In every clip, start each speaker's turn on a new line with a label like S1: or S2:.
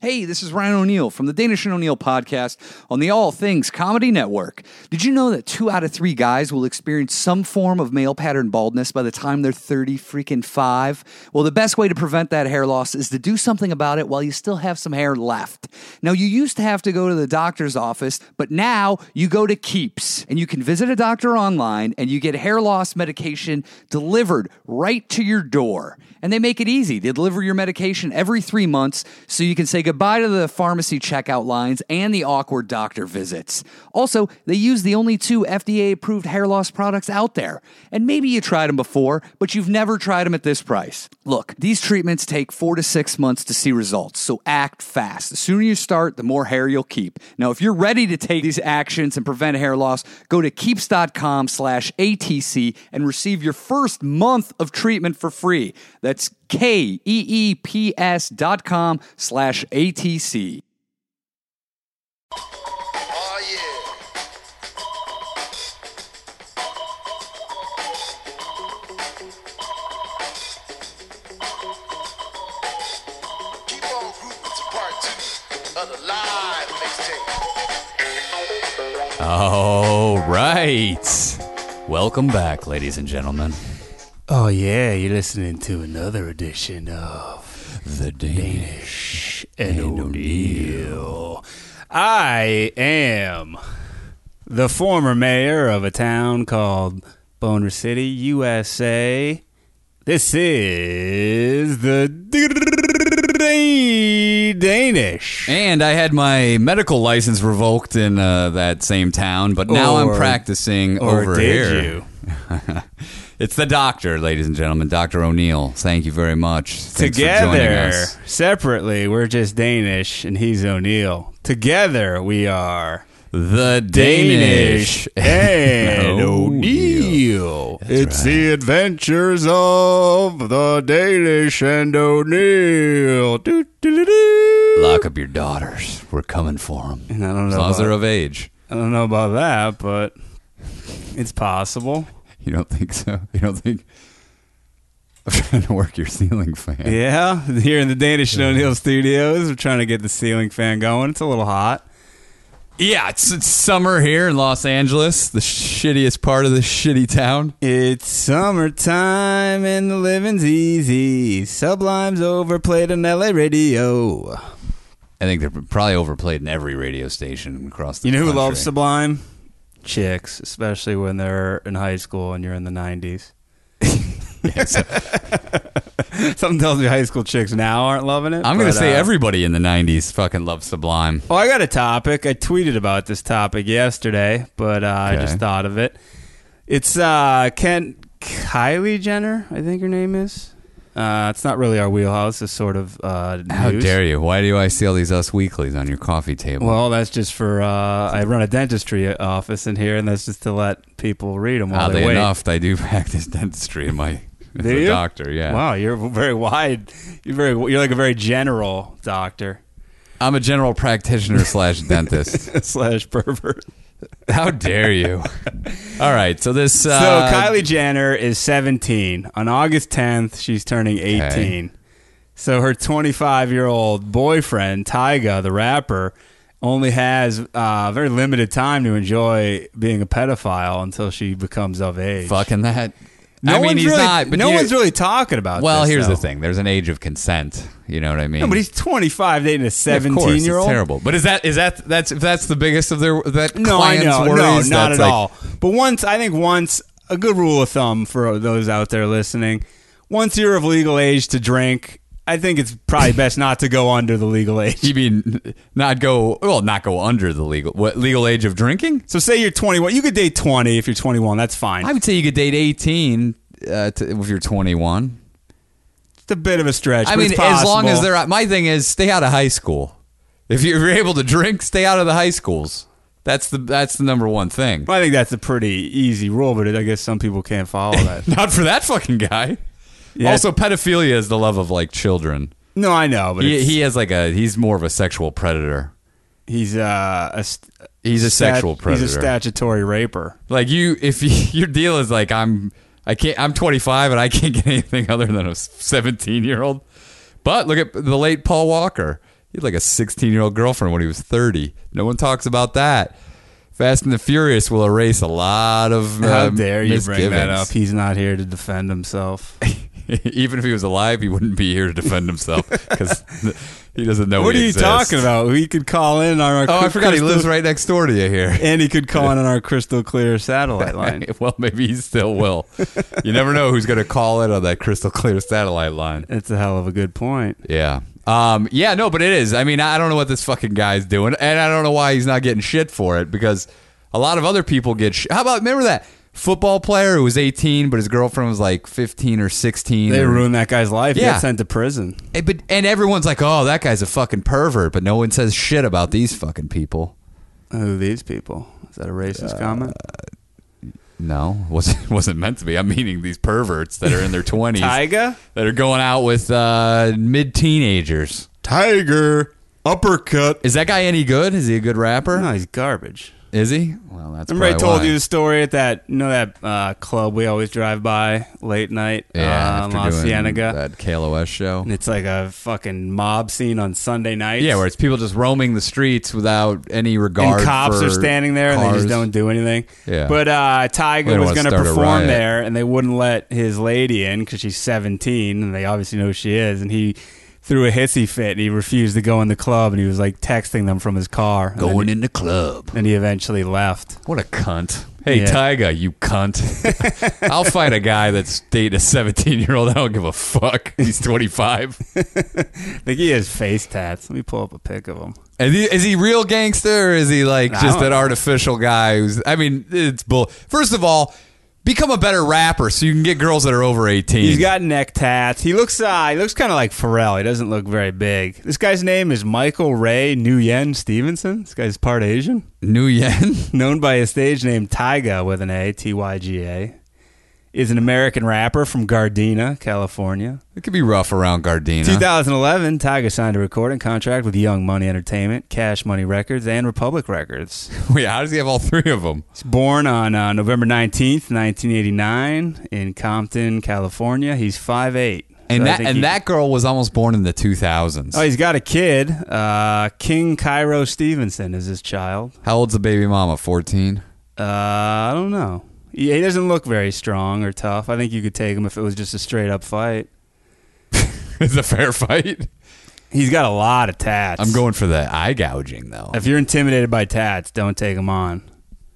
S1: Hey, this is Ryan O'Neill from the Danish and O'Neill podcast on the All Things Comedy Network. Did you know that two out of three guys will experience some form of male pattern baldness by the time they're 30 freaking five? Well, the best way to prevent that hair loss is to do something about it while you still have some hair left. Now, you used to have to go to the doctor's office, but now you go to Keeps and you can visit a doctor online and you get hair loss medication delivered right to your door. And they make it easy. They deliver your medication every three months so you can say goodbye to the pharmacy checkout lines and the awkward doctor visits. Also, they use the only two FDA approved hair loss products out there. And maybe you tried them before, but you've never tried them at this price. Look, these treatments take four to six months to see results, so act fast. The sooner you start, the more hair you'll keep. Now, if you're ready to take these actions and prevent hair loss, go to keeps.com slash ATC and receive your first month of treatment for free. That's K E E P S dot com slash ATC.
S2: Oh yeah. Keep on grooving to part two of the live mixtape.
S3: All right. Welcome back, ladies and gentlemen.
S4: Oh yeah, you're listening to another edition of
S3: The Danish.
S4: and O'Neill. I am the former mayor of a town called Boner City, USA. This is the D- Danish.
S3: And I had my medical license revoked in uh, that same town, but now I'm
S4: Or-
S3: practicing
S4: or
S3: over
S4: did
S3: here.
S4: you?
S3: it's the doctor, ladies and gentlemen, Dr. O'Neill. Thank you very much. Thanks for joining
S4: Together,
S3: us.
S4: separately, we're just Danish, and he's O'Neill. Together, we are.
S3: The Danish. Oh,
S4: and
S3: O'Neill.
S4: O'Neill. It's the adventures of the Danish and O'Neill. Doo, doo, doo, doo.
S3: Lock up your daughters. We're coming for them.
S4: I don't
S3: As
S4: know.
S3: long
S4: About,
S3: as they're of age.
S4: I don't know about that, but it's possible.
S3: You don't think so? You don't think I'm trying to work your ceiling fan?
S4: Yeah, here in the Danish and O'Neill studios, we're trying to get the ceiling fan going. It's a little hot.
S3: Yeah, it's, it's summer here in Los Angeles, the shittiest part of the shitty town.
S4: It's summertime and the living's easy. Sublime's overplayed on LA radio.
S3: I think they're probably overplayed in every radio station across the
S4: You know who
S3: country.
S4: loves Sublime? Chicks, especially when they're in high school and you're in the 90s. Something tells me high school chicks now aren't loving it.
S3: I'm going
S4: but,
S3: to say
S4: uh,
S3: everybody in the 90s fucking loves Sublime.
S4: Oh, I got a topic. I tweeted about this topic yesterday, but uh, I
S3: Okay.
S4: just thought of it. It's uh, Ken Kylie Jenner, I think her name is. Uh, it's not really our wheelhouse. It's sort of uh, news.
S3: How dare you? Why do I see all these Us Weeklies on your coffee table?
S4: Well, that's just for uh, I run a dentistry office in here, and that's just to let people read them while
S3: Oddly
S4: they wait.
S3: enough, I do practice dentistry in my as
S4: Do
S3: a
S4: you?
S3: doctor. Yeah,
S4: Wow, you're very wide. You're very. You're like a very general doctor
S3: I'm a general practitioner slash dentist.
S4: slash pervert.
S3: How dare you? All right, so this
S4: So
S3: uh,
S4: Kylie Jenner is 17. On August 10th, she's turning 18. So her 25 year old boyfriend, Tyga, the rapper, only has uh, very limited time to enjoy being a pedophile until she becomes of age.
S3: fucking that.
S4: No
S3: I mean,
S4: one's
S3: he's
S4: really,
S3: not. But
S4: no
S3: you-
S4: one's really talking about.
S3: Well,
S4: this,
S3: here's
S4: though.
S3: the thing. There's an age of consent. You know what I mean?
S4: No, but he's 25 dating a
S3: Of course,
S4: 17 year
S3: It's
S4: old.
S3: terrible. But is that is that that's if that's the biggest of their that
S4: No,
S3: clients
S4: I know.
S3: worries?
S4: no, not
S3: that's
S4: at
S3: like-
S4: all. But once, I think once, a good rule of thumb for those out there listening, once you're of legal age to drink, I think it's probably best not to go under the legal age.
S3: You mean not go well? Not go under the legal what legal age of drinking?
S4: So say you're 21. You could date 20 if you're 21. That's fine.
S3: I would say you could date 18 uh, to, if you're 21.
S4: It's a bit of a stretch.
S3: I
S4: but
S3: mean,
S4: it's
S3: as long as
S4: possible.
S3: they're out- my thing is stay out of high school. If you're able to drink, stay out of the high schools. That's the that's the number one thing.
S4: I think that's a pretty easy rule, but I guess some people can't follow that.
S3: Not for that fucking guy.
S4: Yeah.
S3: Also, pedophilia is the love of like children.
S4: no, I know, but
S3: He,
S4: it's-
S3: he has like a he's more of a sexual predator.
S4: he's uh, a st-
S3: He's a
S4: stat-
S3: sexual predator.
S4: He's a statutory raper.
S3: like you, if you, your deal is like I'm, I can't. I'm 25 and I can't get anything other than a 17 year old. But look at the late Paul Walker. He had like a 16 year old girlfriend when he was 30. No one talks about that. Fast and the Furious will erase a lot of.
S4: How
S3: uh,
S4: dare you bring that up?
S3: misgivings.
S4: He's not here to defend himself.
S3: Even if he was alive, he wouldn't be here to defend himself because he doesn't know.
S4: what are
S3: he
S4: you
S3: exists.
S4: talking about? We could call in on our.
S3: Oh, I forgot he
S4: crystal-
S3: lives right next door to you here.
S4: And he could call in on our crystal clear satellite line.
S3: well, maybe he still will. You never know who's going to call in on that crystal clear satellite line.
S4: It's a hell of a good point.
S3: Yeah. Um, yeah, no, but it is. I mean, I don't know what this fucking guy's doing, and I don't know why he's not getting shit for it because a lot of other people get shit. How about, remember that football player who was 18, but his girlfriend was like 15 or 16?
S4: They
S3: and-
S4: ruined that guy's life. He
S3: Yeah.
S4: got sent to prison.
S3: and- but, and everyone's like, oh, that guy's a fucking pervert, but no one says shit about these fucking people.
S4: Who are these people? Is that a
S3: Uh,
S4: racist comment?
S3: No, wasn't wasn't meant to be. I'm meaning these perverts that are in their 20s
S4: Tyga?
S3: that are going out with uh, mid teenagers.
S4: Tiger uppercut.
S3: Is that guy any good? Is he a good rapper?
S4: No, he's garbage.
S3: Is he? Well, that's
S4: Remember I
S3: probably
S4: told
S3: why.
S4: you the story at that you know that uh, club we always drive by late night uh,
S3: Yeah,
S4: in
S3: after
S4: La
S3: doing
S4: Cienega.
S3: that KLOS show.
S4: And it's like a fucking mob scene on Sunday nights.
S3: Yeah, where it's people just roaming the streets without any regard.
S4: and cops
S3: for
S4: are standing there and they just
S3: cars.
S4: don't do anything.
S3: Yeah.
S4: But uh,
S3: They
S4: Tiger
S3: don't
S4: was
S3: wanna
S4: going to
S3: start a
S4: perform
S3: riot.
S4: there, and they wouldn't let his lady in because she's 17, and they obviously know who she is. And he threw a hissy fit, and he refused to go in the club, and he was like texting them from his car. And then
S3: going
S4: he,
S3: in the club.
S4: And he eventually left.
S3: What a cunt. Hey,
S4: Yeah.
S3: Tyga, you cunt. I'll fight a guy that's dating a 17 year old. I don't give a fuck. He's 25.
S4: I think he has face tats. Let me pull up a pic of him.
S3: Is he, is he real gangster or is he like
S4: I
S3: just
S4: don't
S3: an
S4: know.
S3: artificial guy who's I mean, it's bull. First of all, become a better rapper so you can get girls that are over 18.
S4: He's got neck tats. He looks uh, he looks kind of like Pharrell. He doesn't look very big. This guy's name is Michael Ray Nguyen Stevenson. This guy's part Asian.
S3: New Yen.
S4: known by his stage name Tyga with an A, T Y G A, is an American rapper from Gardena, California.
S3: It could be rough around Gardena.
S4: 2011, Tyga signed a recording contract with Young Money Entertainment, Cash Money Records, and Republic Records.
S3: Wait, how does he have all three of them?
S4: He's born on uh, November 19th, 1989, in Compton, California. He's 5'8.
S3: And
S4: So I
S3: that
S4: think
S3: and
S4: he-
S3: that girl was almost born in the 2000s.
S4: Oh, he's got a kid. Uh, King Cairo Stevenson is his child.
S3: How old's the baby mama? 14.
S4: Uh, I don't know. He, he doesn't look very strong or tough. I think you could take him if it was just a straight up fight.
S3: it's a fair fight.
S4: He's got a lot of tats.
S3: I'm going for the eye gouging though.
S4: If you're intimidated by tats, don't take him on.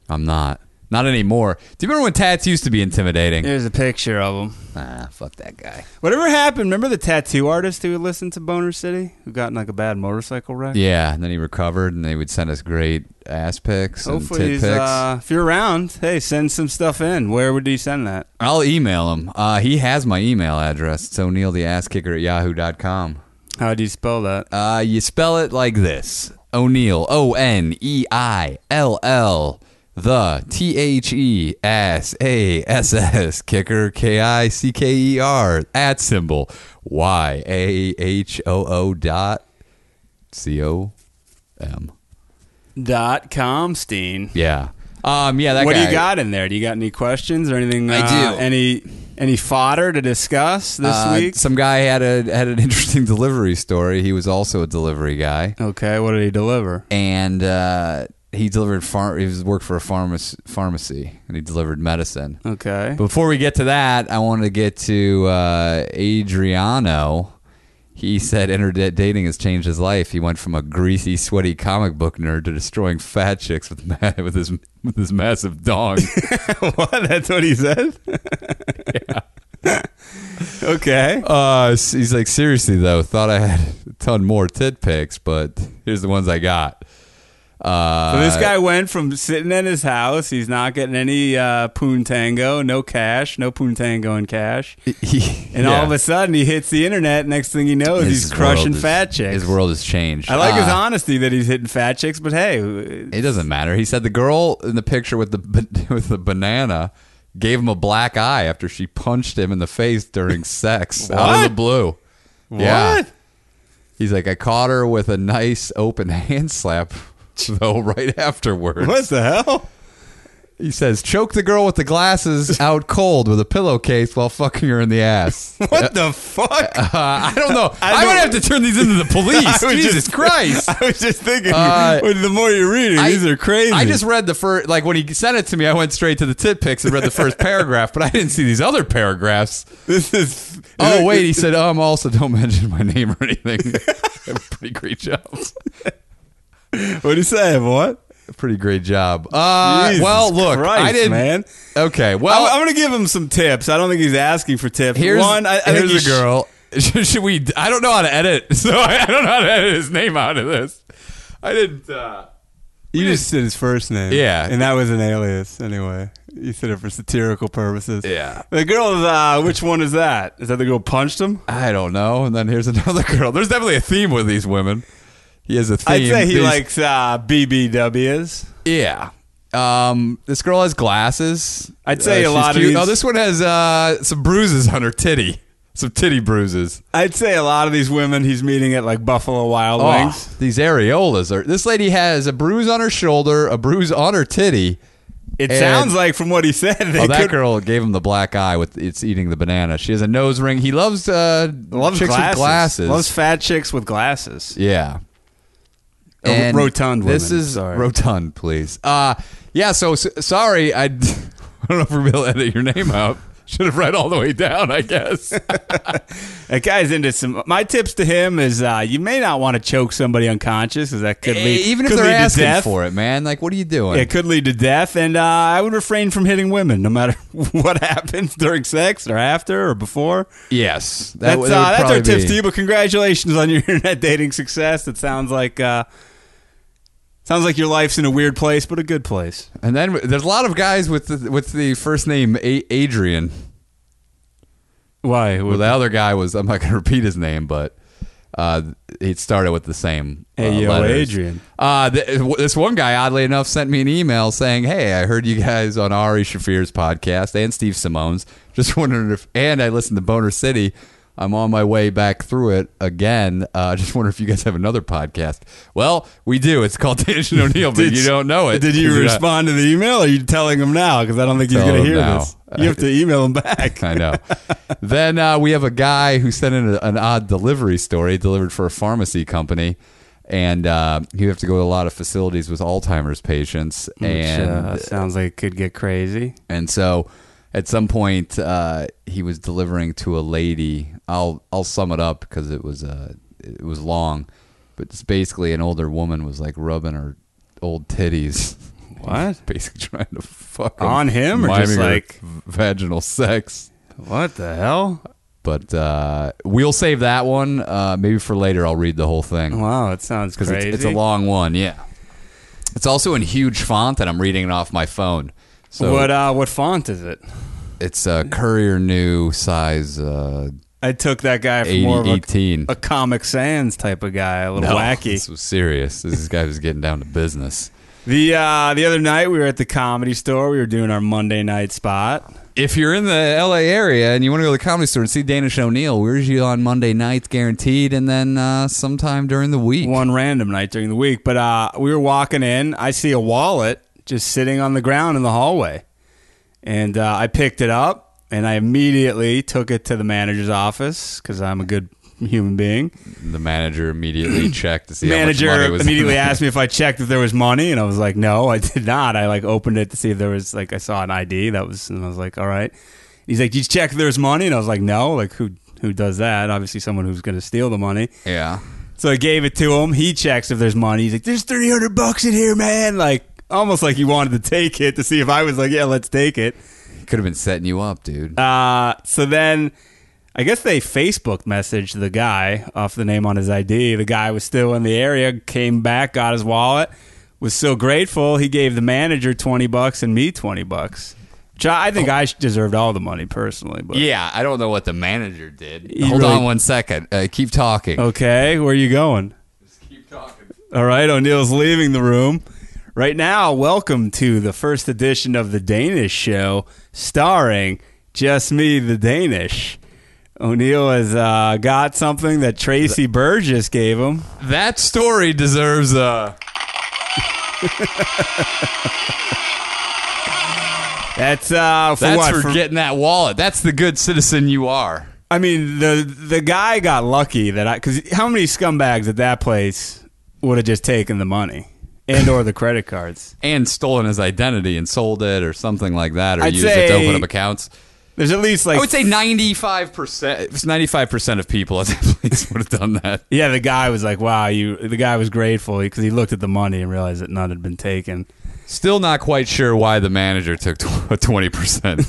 S3: I'm not. Not anymore. Do you remember when tats used to be intimidating?
S4: Here's a picture of him.
S3: Ah, fuck that guy.
S4: Whatever happened, remember the tattoo artist who would listen to Boner City who got in like a bad motorcycle wreck?
S3: Yeah, and then he recovered, and they would send us great ass pics
S4: Hopefully,
S3: and tit
S4: he's,
S3: pics.
S4: uh, if you're around, hey, send some stuff in. Where would you send that?
S3: I'll email him. Uh, he has my email address. It's O'Neill the ass kicker at yahoo.com.
S4: How do you spell that?
S3: Uh, you spell it like this O'Neill, O N E I L L, the T H E S A S S, kicker, K I C K E R, at symbol, Y A H O O dot C O M.
S4: Dot com, Steen.
S3: Yeah. Um, yeah, that
S4: What
S3: guy.
S4: do you got in there? Do you got any questions or anything?
S3: I
S4: uh,
S3: do.
S4: Any any fodder to discuss this
S3: Uh,
S4: week?
S3: Some guy had a had an interesting delivery story. He was also a delivery guy,
S4: Okay, what did he deliver?
S3: and uh, he delivered farm. He was worked for a pharmacy, pharmacy, and he delivered medicine.
S4: Okay.
S3: Before we get to that, I want to get to uh, Adriano. He said internet dating has changed his life. He went from a greasy, sweaty comic book nerd to destroying fat chicks with ma- with his with his massive dong.
S4: what? That's what he said? okay.
S3: Uh, s- he's like, seriously though, thought I had a ton more tit pics, but here's the ones I got. Uh,
S4: So this guy went from sitting in his house, he's not getting any uh, poontango, no cash, no poontango in cash.
S3: he-
S4: And
S3: yeah.
S4: all of a sudden he hits the internet. Next thing you know, is
S3: His
S4: he's crushing
S3: world is-
S4: fat chicks.
S3: His world has changed.
S4: I like his
S3: Uh,
S4: honesty that he's hitting fat chicks, but hey,
S3: It doesn't matter. He said the girl in the picture with the ba- with the banana gave him a black eye after she punched him in the face during sex out of the
S4: What?
S3: blue.
S4: what?
S3: Yeah. He's like, I caught her with a nice open hand slap though right afterwards.
S4: What the hell?
S3: He says, choke the girl with the glasses out cold with a pillowcase while fucking her in the ass. Uh,
S4: What the fuck?
S3: I don't know. I,
S4: I
S3: would
S4: don't-
S3: have to turn these into the police.
S4: I was
S3: Jesus
S4: just-
S3: Christ.
S4: I was just thinking.
S3: Uh,
S4: with the more you read it,
S3: I-
S4: these are crazy.
S3: I just read the first, like when he sent it to me, I went straight to the tit pics and read the first paragraph, but I didn't see these other paragraphs.
S4: this is.
S3: Oh wait, he said, um, also don't mention my name or anything. pretty great job.
S4: what do you say? What?
S3: Pretty great job. Uh,
S4: Jesus
S3: well, look, I
S4: Christ,
S3: didn't.
S4: man.
S3: Okay, well,
S4: I'm, I'm gonna give him some tips. I don't think he's asking for tips.
S3: here's
S4: One, I, I think
S3: here's
S4: you
S3: a
S4: sh-
S3: girl. Should we? I don't know how to edit, so I, I don't know how to edit his name out of this. I didn't. Uh,
S4: you just said his first name.
S3: Yeah.
S4: and that was an alias anyway. You said it for satirical purposes.
S3: Yeah.
S4: The girl. Uh, which one is that? Is that the girl punched him?
S3: I don't know. And then here's another girl. There's definitely a theme with these women. He has a theme.
S4: I'd say he
S3: These-
S4: likes uh, BBWs.
S3: Yeah. Um, this girl has glasses.
S4: I'd say a
S3: she's
S4: lot of
S3: cute.
S4: these-
S3: Oh, this one has uh, some bruises on her titty. Some titty bruises.
S4: I'd say a lot of these women he's meeting at like Buffalo Wild Wings.
S3: Oh, these areolas are. This lady has a bruise on her shoulder, a bruise on her titty.
S4: It
S3: And-
S4: sounds like from what he said, they
S3: Oh, that
S4: could-
S3: girl gave him the black eye with it's eating the banana. She has a nose ring. He loves uh,
S4: loves
S3: chicks
S4: glasses.
S3: with glasses.
S4: Loves fat chicks with glasses.
S3: Yeah.
S4: Uh, rotund
S3: This
S4: women,
S3: is
S4: sorry.
S3: rotund, please. Uh, yeah. So s sorry, I, I don't know if we're gonna edit your name out. Should have read all the way down, I guess.
S4: That guy's into some. My tips to him is uh, you may not want to choke somebody unconscious because that could lead
S3: E, Eh, Even if
S4: could
S3: they're
S4: lead to
S3: asking
S4: death.
S3: for it, man. Like, what are you doing?
S4: It could lead to death, and uh, I would refrain from hitting women, no matter what happens during sex or after or before.
S3: yes, that,
S4: That's, uh,
S3: would- that would
S4: that's our
S3: probably
S4: tips
S3: be-
S4: to you. But congratulations on your internet dating success. That sounds like uh, sounds like your life's in a weird place, but a good place.
S3: And then w- there's a lot of guys with the, with the first name a- Adrian.
S4: Why?
S3: Well, the other guy was I'm not going to repeat his name, but uh, it started with the same. Uh,
S4: Hey, yo,
S3: letters.
S4: Adrian.
S3: Uh, th- w- this one guy, oddly enough, sent me an email saying, "Hey, I heard you guys on Ari Shafir's podcast and Steve Simone's. Just wondering if, and I listened to Boner City. I'm on my way back through it again. Uh, just wonder if you guys have another podcast. Well, we do. It's called Tangent O'Neill, but you don't know it.
S4: Did
S3: 'cause
S4: you
S3: you're not-
S4: respond to the email? Or are you telling him now? Because I don't think he's
S3: Tell
S4: going to
S3: him
S4: hear
S3: now.
S4: this. You have to email him back.
S3: I know. then uh, we have a guy who sent in a, an odd delivery story delivered for a pharmacy company. And uh, you have to go to a lot of facilities with Alzheimer's patients. and
S4: uh, sounds like it could get crazy.
S3: and so at some point, uh, he was delivering to a lady. I'll I'll sum it up because it was uh, it was long, but it's basically an older woman was like rubbing her old titties.
S4: What?
S3: basically trying to fuck
S4: On him or
S3: miming
S4: just,
S3: her
S4: like-
S3: vaginal sex.
S4: What the hell?
S3: But uh, we'll save that one. Uh, maybe for later, I'll read the whole thing
S4: Wow, it sounds
S3: because
S4: Oh, crazy.
S3: it's, it's a long one. Yeah, it's also in huge font, and I'm reading it off my phone. So
S4: what uh, what font is it?
S3: it's a Courier New size uh,
S4: I took that guy for
S3: 80,
S4: more of a,
S3: 18.
S4: a Comic Sans type of guy, a little
S3: No,
S4: wacky.
S3: oh, This was serious. This guy was getting down to business.
S4: The uh, the other night we were at the comedy store. We were doing our Monday night spot.
S3: If you're in the LA area and you want to go to the comedy store and see Danish O'Neill, where's you on Monday nights, guaranteed, and then uh, sometime during the week.
S4: One random night during the week, but uh, we were walking in. I see a wallet just sitting on the ground in the hallway, and uh, I picked it up and I immediately took it to the manager's office because I'm a good human being.
S3: The manager immediately checked to see how much money
S4: manager
S3: was in
S4: immediately
S3: there.
S4: asked me if I checked if there was money, and I was like, "No, I did not." I like opened it to see if there was like I saw an ID that was, and I was like, "All right." He's like, "Did you check if there was money?" And I was like, "No." Like who who does that? Obviously, someone who's going to steal the money.
S3: Yeah.
S4: So I gave it to him. He checks if there's money. He's like, "There's three hundred bucks in here, man!" Like almost like he wanted to take it to see if I was like, "Yeah, let's take it."
S3: Could have been setting you up, dude.
S4: Uh, so then I guess they Facebook messaged the guy off the name on his ID. The guy was still in the area, came back, got his wallet, was so grateful he gave the manager 20 bucks and me 20 bucks. Which I I think I deserved all the money personally, but
S3: yeah, I don't know what the manager did.
S4: He
S3: Hold
S4: really- Oh.
S3: on one second. Uh, keep talking.
S4: okay, where are you going?
S3: Keep talking.
S4: All right, O'Neill's leaving the room. Right now, welcome to the first edition of The Danish Show, starring just me, the Danish. O'Neill has uh, got something that Tracy Burgess gave him.
S3: That story uh, deserves a.
S4: That's uh, for
S3: That's
S4: what?
S3: for getting that wallet. That's the good citizen you are.
S4: I mean, the the guy got lucky that I because how many scumbags at that place would have just taken the money and or the credit cards?
S3: And stolen his identity and sold it or something like that, or
S4: I'd
S3: used it to
S4: say-
S3: open up accounts.
S4: There's at least like
S3: I would say 95%, 95% of people at that place would have done that.
S4: yeah, the guy was like, wow, you. The guy was grateful because he looked at the money and realized that none had been taken.
S3: Still not quite sure why the manager took twenty percent.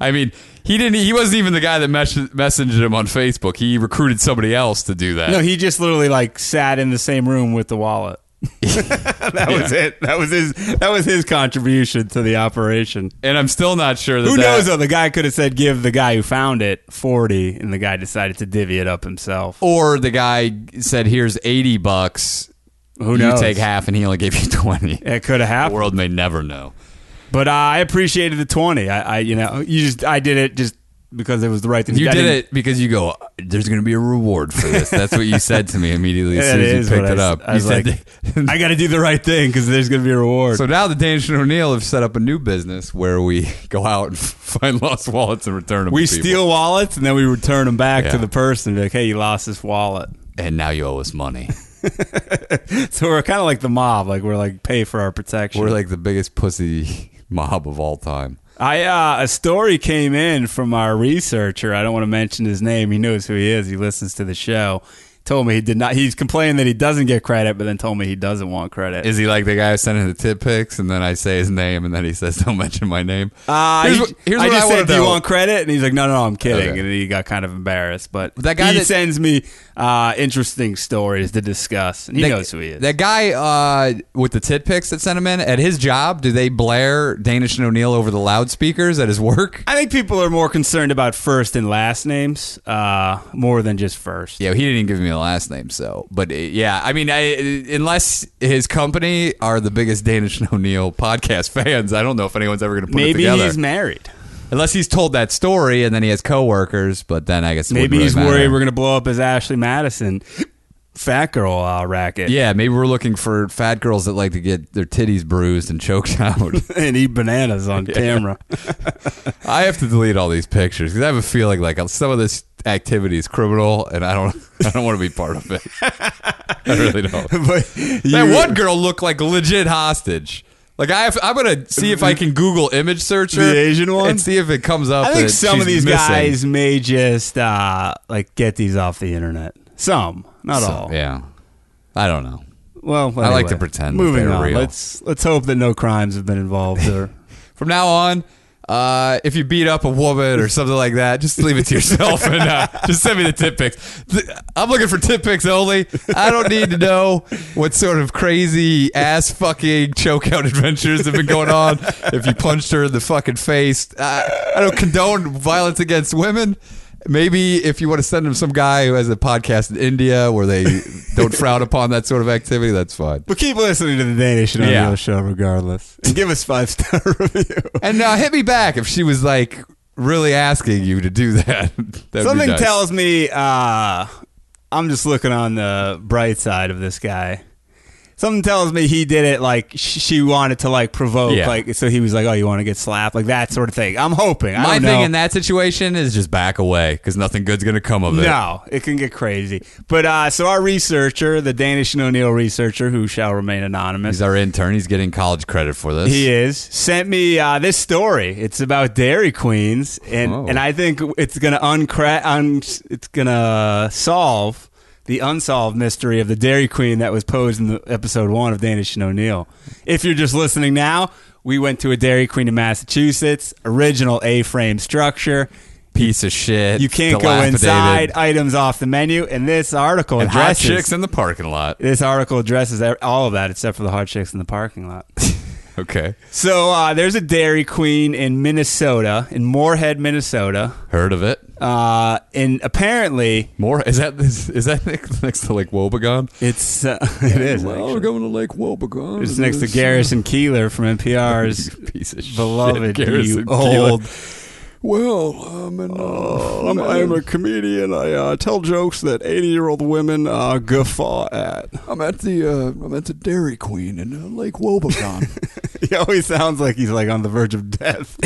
S3: I mean, he didn't. He wasn't even the guy that mes- messaged him on Facebook. He recruited somebody else to do that.
S4: No, he just literally like sat in the same room with the wallet. that was it. That was his. That was his contribution to the operation.
S3: and I'm still not sure that
S4: Who
S3: that-
S4: knows though? The guy could have said, "Give the guy who found it 40," and the guy decided to divvy it up himself.
S3: Or the guy said, "Here's eighty bucks.
S4: Who
S3: you
S4: knows?
S3: take half, and he only gave you 20
S4: It could have
S3: The
S4: happened.
S3: world may never know.
S4: But uh, I appreciated the twenty. I, I, you know, you just I did it just because it was the right thing. to
S3: You
S4: do. I
S3: did
S4: didn't-
S3: it because you go. There's going to be a reward for this. That's what you said to me immediately as
S4: Yeah,
S3: soon
S4: it
S3: as
S4: is
S3: you
S4: what
S3: picked
S4: I
S3: it
S4: s-
S3: up.
S4: I
S3: you
S4: was
S3: said,
S4: I got to do the right thing because there's going to be a reward.
S3: So now the Danish and O'Neill have set up a new business where we go out and find lost wallets and return them.
S4: we
S3: to people.
S4: steal wallets and then we return them back
S3: Yeah.
S4: to the person. Be like, hey, you lost this wallet.
S3: and now you owe us money.
S4: So we're kind of like the mob. Like we're like pay for our protection.
S3: We're like the biggest pussy mob of all time.
S4: I uh, a story came in from our researcher. I don't want to mention his name. He knows who he is. He listens to the show. Told me he did not. He's complaining that he doesn't get credit, but then told me he doesn't want credit.
S3: Is he like the guy sending the tit pics and then I say his name and then he says, "Don't mention my name."
S4: Uh,
S3: here's
S4: he-
S3: what, here's
S4: I
S3: what
S4: just
S3: I
S4: said,
S3: want
S4: "Do
S3: to
S4: you
S3: know.
S4: want credit?" And he's like, "No, no, no I'm kidding."
S3: Okay.
S4: And he got kind of embarrassed. But
S3: That guy
S4: he
S3: that-
S4: sends me uh, interesting stories to discuss, and he
S3: that,
S4: knows who he is.
S3: That guy uh, with the tit pics that sent him in at his job. Do they blare Danish and O'Neill over the loudspeakers at his work?
S4: I think people are more concerned about first and last names uh, more than just first.
S3: Yeah, he didn't give me the last name, so. But uh, yeah, I mean, I, unless his company are the biggest Danish and O'Neill podcast fans, I don't know if anyone's ever going to put it
S4: Maybe
S3: together.
S4: he's married.
S3: unless he's told that story and then he has coworkers, but then I guess it
S4: Maybe
S3: wouldn't
S4: he's
S3: really
S4: worried
S3: matter.
S4: we're going to blow up his Ashley Madison fat girl uh, racket
S3: Yeah, maybe we're looking for fat girls that like to get their titties bruised and choked out.
S4: and eat bananas on camera.
S3: I have to delete all these pictures because I have a feeling like uh, some of this activity is criminal, and I don't, I don't want to be part of it. I really don't.
S4: but
S3: That
S4: you-
S3: one girl looked like a legit hostage. Like I have, I'm gonna see if I can Google image search her,
S4: The Asian one?
S3: and see if it comes up.
S4: I think
S3: that
S4: some
S3: she's
S4: of these
S3: missing.
S4: guys may just uh, like get these off the internet. Some, not
S3: So,
S4: all.
S3: yeah, I don't know.
S4: Well,
S3: I like
S4: anyway,
S3: to pretend that
S4: Moving
S3: they're
S4: on.
S3: real.
S4: Let's let's hope that no crimes have been involved. Or
S3: From now on, uh, if you beat up a woman or something like that, just leave it to yourself and uh, just send me the tip pics. Th- I'm looking for tip pics only. I don't need to know what sort of crazy ass fucking chokeout adventures have been going on. If you punched her in the fucking face, I, I don't condone violence against women. Maybe if you want to send them some guy who has a podcast in India where they don't frown upon that sort of activity, that's fine.
S4: but keep listening to the Danish and
S3: Yeah.
S4: O'Neill show regardless, and give us five star review.
S3: And uh, hit me back if she was like really asking you to do that. That'd be
S4: Something
S3: nice.
S4: tells me uh, I'm just looking on the bright side of this guy. Something tells me he did it like sh- she wanted to like provoke,
S3: Yeah.
S4: like so he was like, "Oh, you want to get slapped?" like that sort of thing. I'm hoping. I
S3: My
S4: don't
S3: thing
S4: know.
S3: in that situation is just back away because nothing good's gonna come of it.
S4: No, it can get crazy. But uh, so our researcher, the Danish and O'Neill researcher, who shall remain anonymous,
S3: He's our intern. He's getting college credit for this.
S4: he is sent me uh, this story. It's about Dairy Queens, and
S3: Oh.
S4: and I think it's gonna uncra- un- it's gonna solve the unsolved mystery of the Dairy Queen that was posed in the episode one of Danish and O'Neill. If you're just listening now, we went to a Dairy Queen in Massachusetts, original A-frame structure.
S3: Piece of shit.
S4: You can't go
S3: dilapidated,
S4: inside. Items off the menu, and this article
S3: And hot
S4: addresses
S3: chicks in the parking lot.
S4: this article addresses e-, all of that except for the hot chicks in the parking lot.
S3: Okay.
S4: so uh, there's a Dairy Queen in Minnesota, in Moorhead, Minnesota,
S3: Heard of it?
S4: uh, and apparently
S3: More is that is, is that next, next to Lake Wobegon?
S4: it's uh, it is
S5: Oh,
S3: Well,
S4: actually.
S3: we're going to Lake Wobegon.
S4: It's next to Garrison Keeler from NPR's
S3: Piece of shit.
S4: beloved
S3: Garrison
S4: you
S3: Keillor.
S4: old.
S5: uh, Well, I'm, an, uh, I'm, I'm a comedian. I uh, tell jokes that 80 year old women uh, guffaw at. I'm at the uh, I'm at the Dairy Queen in uh, Lake Wobegon.
S4: He always sounds like he's like on the verge of death.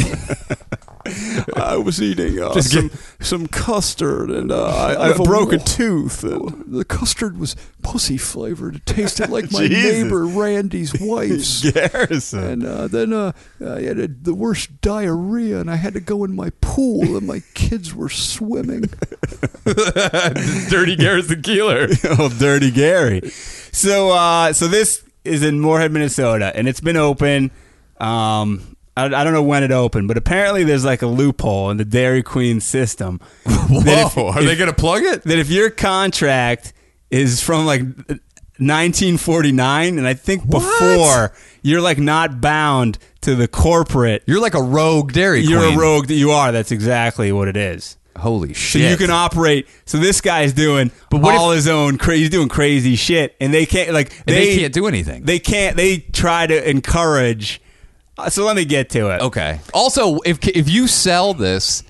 S5: I was eating uh,
S4: Just
S5: some
S4: get-
S5: some custard, and uh, I, I have a broken tooth. And Oh, the custard was pussy flavored. It tasted like my
S4: Jesus.
S5: neighbor Randy's wife's.
S4: Garrison.
S5: And uh, then uh, I had a, the worst diarrhea, and I had to go in my pool, and my kids were swimming.
S3: Dirty Garrison Keeler.
S4: oh, dirty Gary. So, uh, so this is in Moorhead, Minnesota, and it's been open. Um, I, I don't know when it opened, but apparently there's like a loophole in the Dairy Queen system. that if-
S3: Whoa, are they
S4: if-
S3: going to plug it?
S4: that if your contract is from like 1949, and I think before you're like not bound to the corporate.
S3: You're like a rogue Dairy Queen.
S4: You're a rogue that you are. That's exactly what it is.
S3: Holy
S4: So
S3: shit.
S4: you can operate. So this guy's doing
S3: what
S4: all his own. Cra- he's doing crazy shit, and they can't like
S3: And they can't do anything.
S4: They can't. They try to encourage. uh, so let me get to it.
S3: Okay. Also, if if you sell this,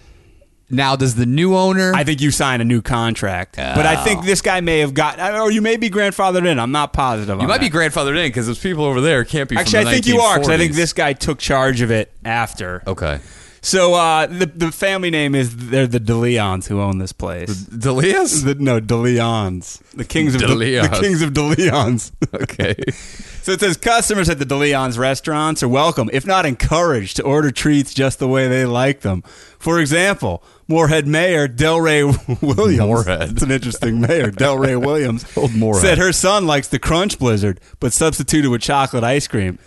S3: now does the new owner?
S4: I think you sign a new contract, but I
S3: Oh.
S4: think this guy may have got, or you may be grandfathered in. I'm not positive.
S3: you might be grandfathered in because those people over there can't be.
S4: Actually,
S3: from the
S4: I think you are
S3: 'cause
S4: because I think this guy took charge of it after.
S3: Okay.
S4: So uh, the the family name is they're the DeLeons who own this place.
S3: Delias.
S4: The, no, DeLeons, the kings of De-
S3: DeLeons.
S4: the kings of DeLeons.
S3: Okay.
S4: So it says customers at the DeLeon's restaurants are welcome, if not encouraged, to order treats just the way they like them. For example, Moorhead Mayor Delray Williams.
S3: Moorhead.
S4: It's an interesting mayor, Delray Williams.
S3: Old Moorhead.
S4: Said her son likes the Crunch Blizzard, but substituted with chocolate ice cream.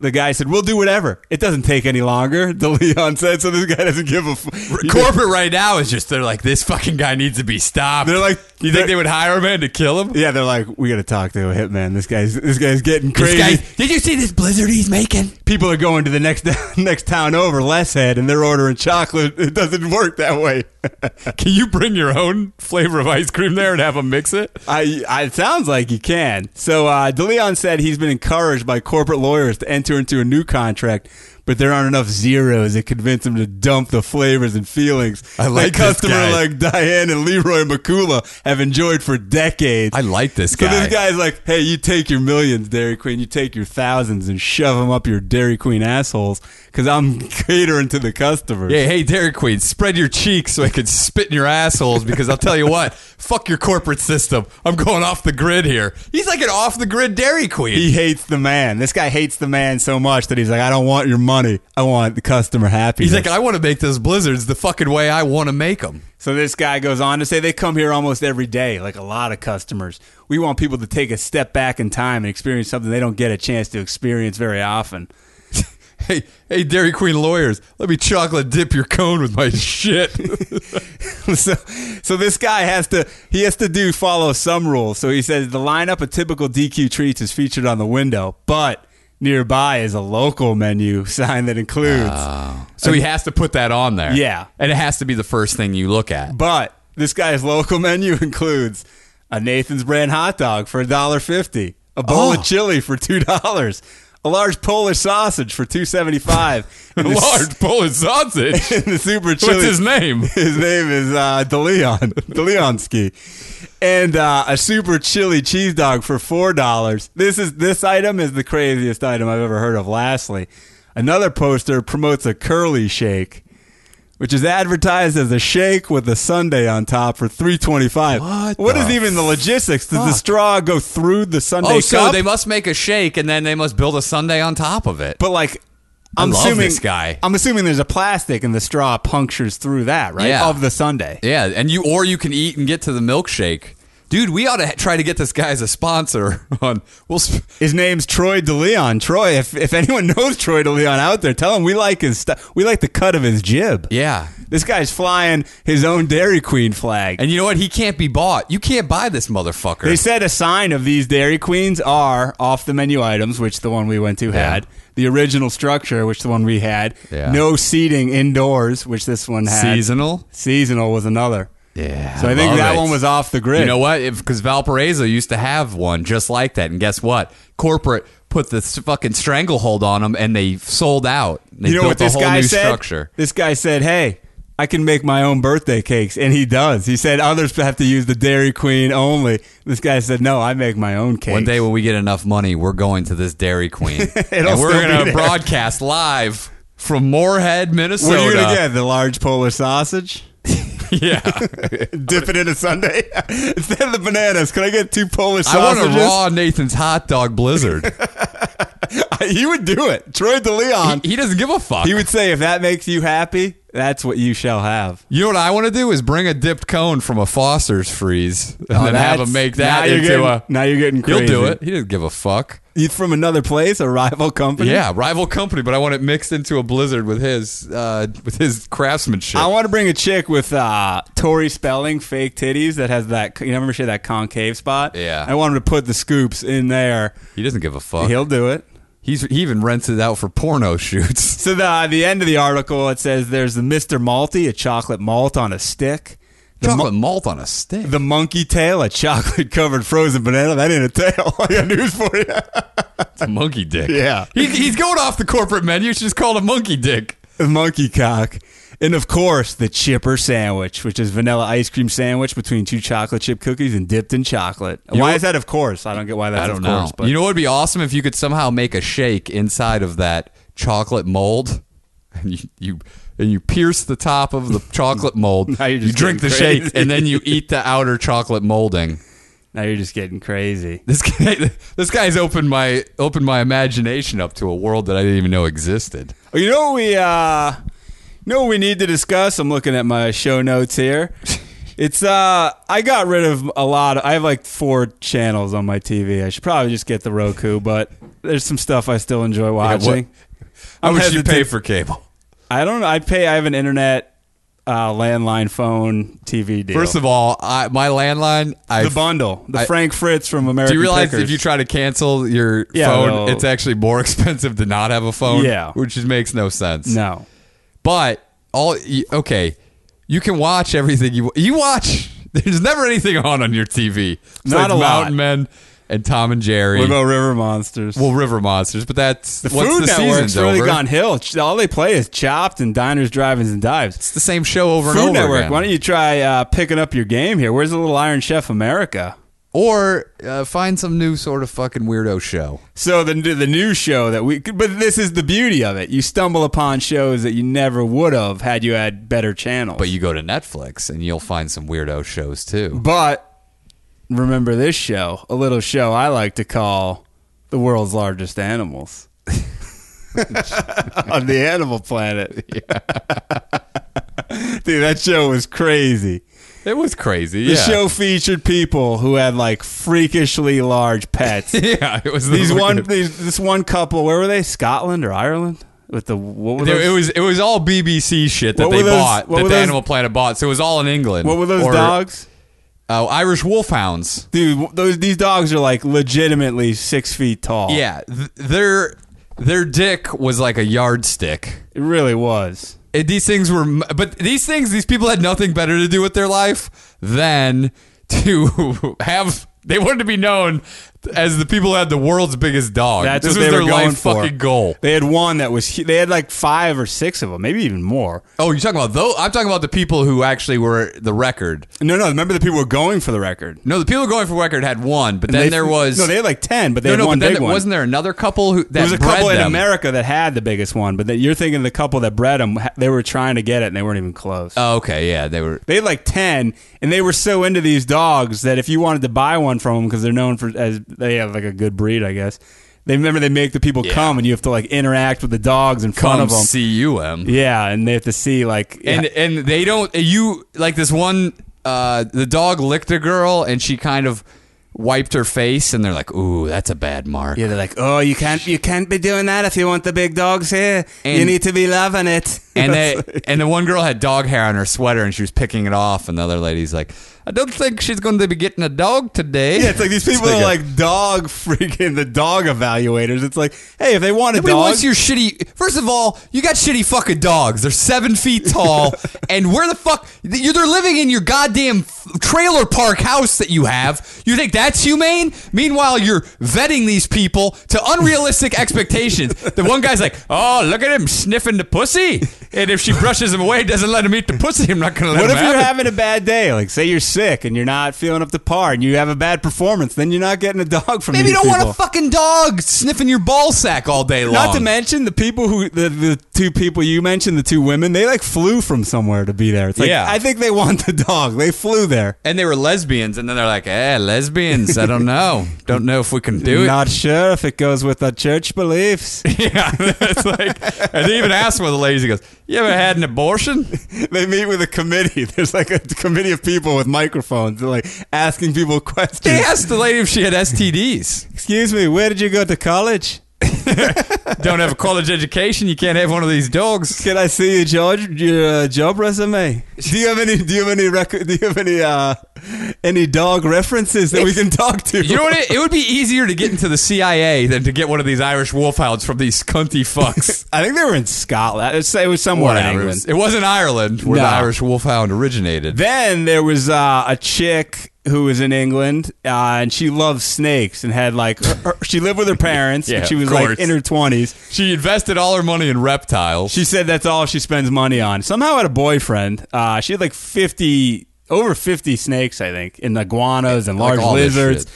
S4: The guy said, "We'll do whatever. It doesn't take any longer." DeLeon said, "So this guy doesn't give a f-
S3: Corporate right now is just they're like this fucking guy needs to be stopped.
S4: They're like-
S3: you
S4: they're-
S3: think they would hire a man to kill him?
S4: Yeah, they're like, "We got to talk to a hitman. This guy's this guy's getting
S3: This
S4: crazy."
S3: guy, did you see this blizzard he's making?
S4: people are going to the next next town over, Les Head, and they're ordering chocolate. It doesn't work that way.
S3: Can you bring your own flavor of ice cream there and have him mix it?
S4: I, I it sounds like you can. So uh, DeLeon said he's been encouraged by corporate lawyers to enter into a new contract. But there aren't enough zeros that convince him to dump the flavors and feelings
S3: I like
S4: that
S3: this
S4: customer
S3: guy.
S4: like Diane and Leroy McCula have enjoyed for decades.
S3: I like this
S4: So
S3: guy.
S4: this guy's like, hey, you take your millions, Dairy Queen. You take your thousands and shove them up your Dairy Queen assholes because I'm catering to the customers.
S3: Yeah, hey Dairy Queen, spread your cheeks so I can spit in your assholes because I'll tell you what, fuck your corporate system. I'm going off the grid here. He's like an off the grid Dairy Queen.
S4: He hates the man. This guy hates the man so much that he's like, I don't want your money. I want the customer happy.
S3: He's like, I want to make those blizzards the fucking way I want to make them.
S4: so this guy goes on to say they come here almost every day, like a lot of customers. We want people to take a step back in time and experience something they don't get a chance to experience very often.
S3: Hey, hey, Dairy Queen lawyers, let me chocolate dip your cone with my shit.
S4: so, so this guy has to he has to do follow some rules. So he says the lineup of typical DQ treats is featured on the window, but nearby is a local menu sign that includes.
S3: so he has to put that on there.
S4: Yeah.
S3: And it has to be the first thing you look at.
S4: But this guy's local menu includes a Nathan's brand hot dog for $1.50, a bowl
S3: Oh.
S4: of chili for $2, a large Polish sausage for $2.75, and the-
S3: Large Polish sausage.
S4: and the super chili.
S3: What's his name?
S4: His name is uh, DeLeon, DeLeonski. And uh, a super chili cheese dog for $4. This is this item is the craziest item I've ever heard of. Lastly, another poster promotes a curly shake, which is advertised as a shake with a sundae on top for 325.
S3: What
S4: what is
S3: the
S4: even the logistics? Does the straw go through the sundae
S3: Oh, so
S4: cup?
S3: they must make a shake and then they must build a sundae on top of it.
S4: but like
S3: I
S4: I'm
S3: love
S4: assuming
S3: this guy.
S4: I'm assuming there's a plastic and the straw punctures through that, right?
S3: Yeah.
S4: Of the sundae.
S3: Yeah, and you or you can eat and get to the milkshake. Dude, we ought to try to get this guy as a sponsor on we'll sp-
S4: His name's Troy DeLeon. Troy, if, if anyone knows Troy DeLeon out there, tell him we like his stuff. We like the cut of his jib.
S3: Yeah.
S4: This guy's flying his own Dairy Queen flag.
S3: And you know what? He can't be bought. You can't buy this motherfucker.
S4: they said a sign of these Dairy Queens are off the menu items, which the one we went to
S3: Yeah.
S4: had, the original structure, which the one we had,
S3: Yeah.
S4: no seating indoors, which this one had.
S3: Seasonal?
S4: Seasonal was another.
S3: Yeah.
S4: So I think
S3: love
S4: that
S3: it.
S4: one was off the grid.
S3: You know what? Because Valparaiso used to have one just like that. And guess what? Corporate put this fucking stranglehold on them and they sold out. They
S4: you know
S3: built
S4: what
S3: a
S4: this
S3: whole
S4: guy
S3: new
S4: said?
S3: structure.
S4: This guy said, "Hey, I can make my own birthday cakes. And he does. He said others have to use the Dairy Queen only. This guy said, no, I make my own cakes.
S3: One day when we get enough money, we're going to this Dairy Queen, and
S4: It'll
S3: we're
S4: still be
S3: gonna
S4: there.
S3: broadcast live from Moorhead, Minnesota.
S4: what are you going to get? The large Polish sausage?
S3: Yeah,
S4: Dip it in a sundae? Instead of the bananas, can I get two Polish
S3: I want
S4: sausages?
S3: a raw Nathan's hot dog blizzard.
S4: he would do it. Troy DeLeon.
S3: he doesn't give a fuck.
S4: He would say, if that makes you happy, that's what you shall have.
S3: you know what I want to do is bring a dipped cone from a Foster's freeze and then have
S4: Oh, that's-
S3: him make that
S4: now you're
S3: into
S4: getting,
S3: a.
S4: Now you're getting
S3: He'll
S4: crazy.
S3: do it. He doesn't give a fuck.
S4: You from another place, a rival company?
S3: Yeah, rival company, but I want it mixed into a blizzard with his uh, with his craftsmanship.
S4: I want to bring a chick with uh, Tori Spelling fake titties that has that. You remember she had that concave spot?
S3: Yeah.
S4: I want him to put the scoops in there.
S3: he doesn't give a fuck.
S4: He'll do it.
S3: He's he even rents it out for porno shoots.
S4: So the uh, the end of the article it says there's the Mr. Malty, a chocolate malt on a stick. The mo-
S3: Chocolate malt on a stick.
S4: the monkey tail, a chocolate covered frozen banana. That ain't a tail. I got news for you.
S3: It's a monkey dick.
S4: Yeah.
S3: He, he's going off the corporate menu. It's just called a monkey dick.
S4: The monkey cock. And of course, the chipper sandwich, which is vanilla ice cream sandwich between two chocolate chip cookies and dipped in chocolate. why
S3: know-
S4: is that of course? I don't get why that's
S3: I don't
S4: of
S3: know.
S4: course. But
S3: you know what would be awesome if you could somehow make a shake inside of that chocolate mold and you, you and you pierce the top of the chocolate mold.
S4: Now you're
S3: you
S4: just
S3: drink the
S4: getting
S3: shake
S4: crazy.
S3: and then you eat the outer chocolate molding.
S4: now you're just getting crazy.
S3: This guy this guy's opened my opened my imagination up to a world that I didn't even know existed.
S4: Oh, You know what we uh you know what we need to discuss. I'm looking at my show notes here. It's uh I got rid of a lot. I have like four channels on my TV. I should probably just get the Roku, but there's some stuff I still enjoy
S3: what-
S4: watching.
S3: How much do you
S4: hesitant-
S3: pay for cable?
S4: I don't know. I pay I have an internet uh landline phone TV deal.
S3: First of all, I, my landline, I
S4: the bundle, the
S3: I-
S4: Frank Fritz from American
S3: Do you realize
S4: Pickers.
S3: if you try to cancel your
S4: Yeah,
S3: phone,
S4: they'll-
S3: it's actually more expensive to not have a phone?
S4: Yeah.
S3: which just makes no sense.
S4: No.
S3: but all y- okay, you can watch everything you you watch. There's never anything on on your TV.
S4: Not
S3: Besides
S4: a lot.
S3: Mountain Men and Tom and Jerry.
S4: What about River Monsters?
S3: well, River Monsters, but that's
S4: the
S3: once
S4: Food
S3: the
S4: Network's
S3: season's
S4: really
S3: over,
S4: gone hill. All they play is Chopped and Diners, Drive-ins, and Dives.
S3: It's the same show over and
S4: Food
S3: over
S4: Network.
S3: again.
S4: Why don't you try uh, picking up your game here? Where's the little Iron Chef America?
S3: or uh, find some new sort of fucking weirdo show.
S4: So the the new show that we, but this is the beauty of it. You stumble upon shows that you never would have had you had better channels.
S3: But you go to Netflix and you'll find some weirdo shows too.
S4: but remember this show, a little show I like to call the world's largest animals. on the animal planet dude that show was crazy
S3: It was crazy.
S4: the
S3: yeah.
S4: show featured people who had like freakishly large pets
S3: Yeah, it was
S4: these
S3: the
S4: one
S3: weird-
S4: these, this one couple where were they scotland or ireland with the what were
S3: There-
S4: those,
S3: it was it was all BBC shit that
S4: What
S3: they
S4: were those-
S3: bought
S4: what
S3: that
S4: were
S3: the
S4: those-
S3: Animal Planet bought. So it was all in England.
S4: what were those
S3: Or,
S4: dogs
S3: Oh, Irish wolfhounds.
S4: dude w- those these dogs are like legitimately six feet tall
S3: Yeah, th- their their dick was like a yardstick.
S4: it really was
S3: It, these things were, m- but these things, these people had nothing better to do with their life than to have. They wanted to be known as the people who had the world's biggest dog.
S4: that's
S3: this
S4: what
S3: was
S4: they
S3: their
S4: were going
S3: life
S4: for.
S3: fucking goal.
S4: they had one that was hu- they had like five or six of them maybe even more
S3: Oh, you're talking about though? I'm talking about the people who actually were the record.
S4: no no remember the people were going for the record
S3: No, the people going for record had one, but
S4: And
S3: then
S4: they-
S3: there was
S4: no they had like 10 but they
S3: no,
S4: had
S3: no,
S4: one
S3: but then
S4: big one
S3: wasn't there another couple who that
S4: there was a
S3: bred
S4: couple in
S3: them?
S4: America that had the biggest one, but that you're thinking the couple that bred them, they were trying to get it and they weren't even close.
S3: Oh, okay, yeah, they were.
S4: They had like ten, and they were so into these dogs that if you wanted to buy one from them because they're known for as they have like a good breed, I guess. They remember they make the people
S3: Yeah.
S4: come, and you have to like interact with the dogs in front
S3: Come
S4: of them.
S3: see you, em.
S4: Yeah, and they have to see like
S3: and and they don't. You like this one. Uh, the dog licked a girl, and she kind of wiped her face, and they're like, "Ooh, that's a bad mark."
S4: yeah, they're like, oh, you can't you can't be doing that if you want the big dogs here. you
S3: And-
S4: need to be loving it.
S3: And they and the one girl had dog hair on her sweater, and she was picking it off, and the other lady's like, "I don't think she's going to be getting a dog today."
S4: yeah, it's like these people are
S3: a-
S4: like dog freaking the dog evaluators. It's like, hey, if they want a
S3: Nobody
S4: dog,
S3: wants your shitty. First of all, you got shitty fucking dogs. They're seven feet tall, and where the fuck you? They're living in your goddamn f- trailer park house that you have. You think that's humane? Meanwhile, you're vetting these people to unrealistic expectations. The one guy's like, "Oh, look at him sniffing the pussy. And if she brushes him away, doesn't let him eat the pussy, I'm not going to let
S4: What
S3: him
S4: if you're
S3: have it.
S4: having a bad day? Like, say you're sick and you're not feeling up to par, and you have a bad performance, then you're not getting a dog from
S3: Maybe
S4: these
S3: you don't want
S4: people.
S3: a fucking dog sniffing your ball sack all day long.
S4: Not to mention the people who the, the two people you mentioned, the two women, they like flew from somewhere to be there. It's like
S3: Yeah.
S4: I think they want the dog. They flew there.
S3: and they were lesbians, and then they're like, eh, lesbians, I don't know. Don't know if we can do it.
S4: Not sure if it goes with our church beliefs.
S3: yeah, it's like, and they even asked one of the ladies, he goes, you ever had an abortion?
S4: they meet with a committee. There's like a committee of people with microphones, They're like asking people questions.
S3: They asked the lady if she had STDs.
S4: Excuse me, where did you go to college?
S3: Don't have a college education, you can't have one of these dogs.
S4: Can I see your job your uh, job resume? Do you have any? Do you have any record? Do you have any uh, any dog references that we can talk to?
S3: You know what? It, it would be easier to get into the CIA than to get one of these Irish wolfhounds from these cunty fucks.
S4: I think they were in Scotland. I'd say it was somewhere in
S3: It,
S4: England.
S3: was, it wasn't Ireland where
S4: No.
S3: the Irish wolfhound originated.
S4: Then there was uh, a chick who was in England, uh, and she loved snakes and had like her, her- she lived with her parents.
S3: Yeah,
S4: but she was
S3: of
S4: like
S3: course.
S4: in her twenties.
S3: she invested all her money in reptiles.
S4: She said that's all she spends money on. Somehow had a boyfriend. Uh, she had like fifty, over fifty snakes, I think, and iguanas and large
S3: Like all this
S4: lizards.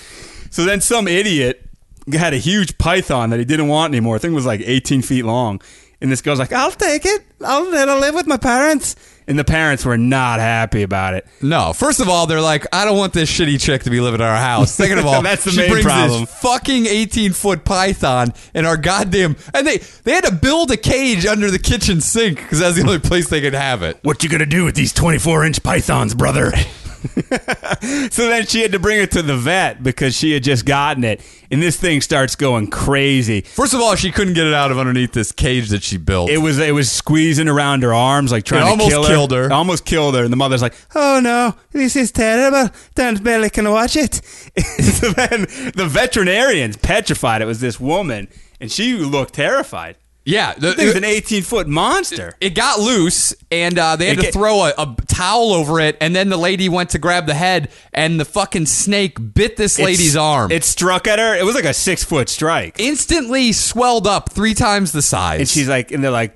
S4: So then some idiot had a huge python that he didn't want anymore. I think it was like eighteen feet long. And this girl's like, "I'll take it. I'll let her live with my parents." And the parents were not happy about it.
S3: No, first of all, they're like, I don't want this shitty chick to be living in our house. Second of all,
S4: That's the
S3: she
S4: main
S3: brings
S4: problem.
S3: this fucking eighteen foot python in our goddamn, and they they had to build a cage under the kitchen sink because that's the only place they could have it.
S4: What you gonna do with these twenty-four inch pythons, brother? so then she had to bring it to the vet because she had just gotten it, and this thing starts going crazy.
S3: First of all, she couldn't get it out of underneath this cage that she built.
S4: It was it was squeezing around her arms like trying
S3: It
S4: to
S3: almost
S4: kill her.
S3: killed her.
S4: It almost killed her. And the mother's like, "Oh no, this is terrible. Don't barely can watch it." so then the veterinarian's petrified. It was this woman, and she looked terrified.
S3: yeah, the-
S4: It was an eighteen foot monster.
S3: it got loose and uh, they had
S4: It
S3: to
S4: get-
S3: throw a, a towel over it and then the lady went to grab the head and the fucking snake bit this lady's
S4: It's-
S3: arm
S4: It struck at her. It was like a six foot strike.
S3: instantly swelled up three times the size
S4: And she's like, and they're like,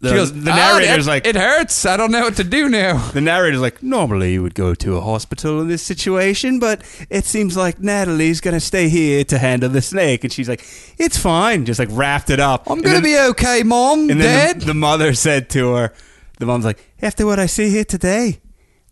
S4: the,
S3: She goes,
S4: the
S3: "Ah,
S4: narrator's
S3: it,
S4: like,
S3: it hurts. I don't know what to do now.
S4: the narrator's like, normally you would go to a hospital in this situation, but it seems like Natalie's gonna stay here to handle the snake. And she's like, it's fine. Just like wrapped it up.
S3: I'm
S4: And
S3: gonna
S4: then-
S3: be okay, mom,
S4: And then
S3: dad.
S4: the, the mother said to her, the mom's like, after what I see here today,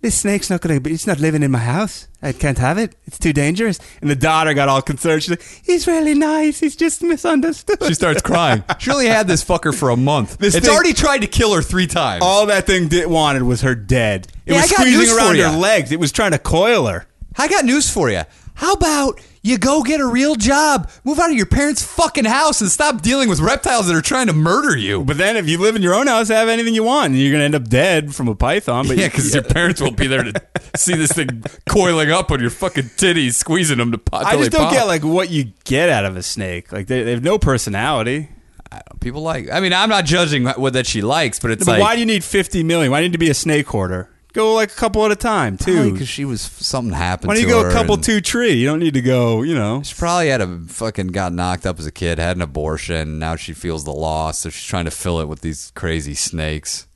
S4: this snake's not gonna be. It's not living in my house. I can't have it. It's too dangerous. And the daughter got all concerned. She's like, he's really nice. He's just misunderstood.
S3: she starts crying. She only had this fucker for a month.
S4: This
S3: it's
S4: thing-
S3: already tried to kill her three times.
S4: All that thing did, wanted was her dead. It
S3: Yeah,
S4: was
S3: I got news
S4: squeezing
S3: for
S4: around
S3: ya.
S4: her legs. It was trying to coil her.
S3: I got news for you. How about you go get a real job, move out of your parents' fucking house, and stop dealing with reptiles that are trying to murder you?
S4: But then, if you live in your own house, have anything you want, and you're gonna end up dead from a python. But
S3: Yeah, because your parents won't be there to see this thing coiling up on your fucking titties, squeezing them to pot.
S4: I just don't get like what you get out of a snake. Like they, they have no personality.
S3: people like. I mean, I'm not judging what that she likes, but it's
S4: But
S3: like
S4: why do you need fifty million? Why do you need to be a snake hoarder? Go like a couple at a time, too.
S3: because she was something happened.
S4: Why don't you
S3: to
S4: go
S3: her
S4: a couple
S3: and-
S4: two tree? You don't need to go. You know,
S3: She probably had a fucking got knocked up as a kid, had an abortion. Now she feels the loss, so she's trying to fill it with these crazy snakes.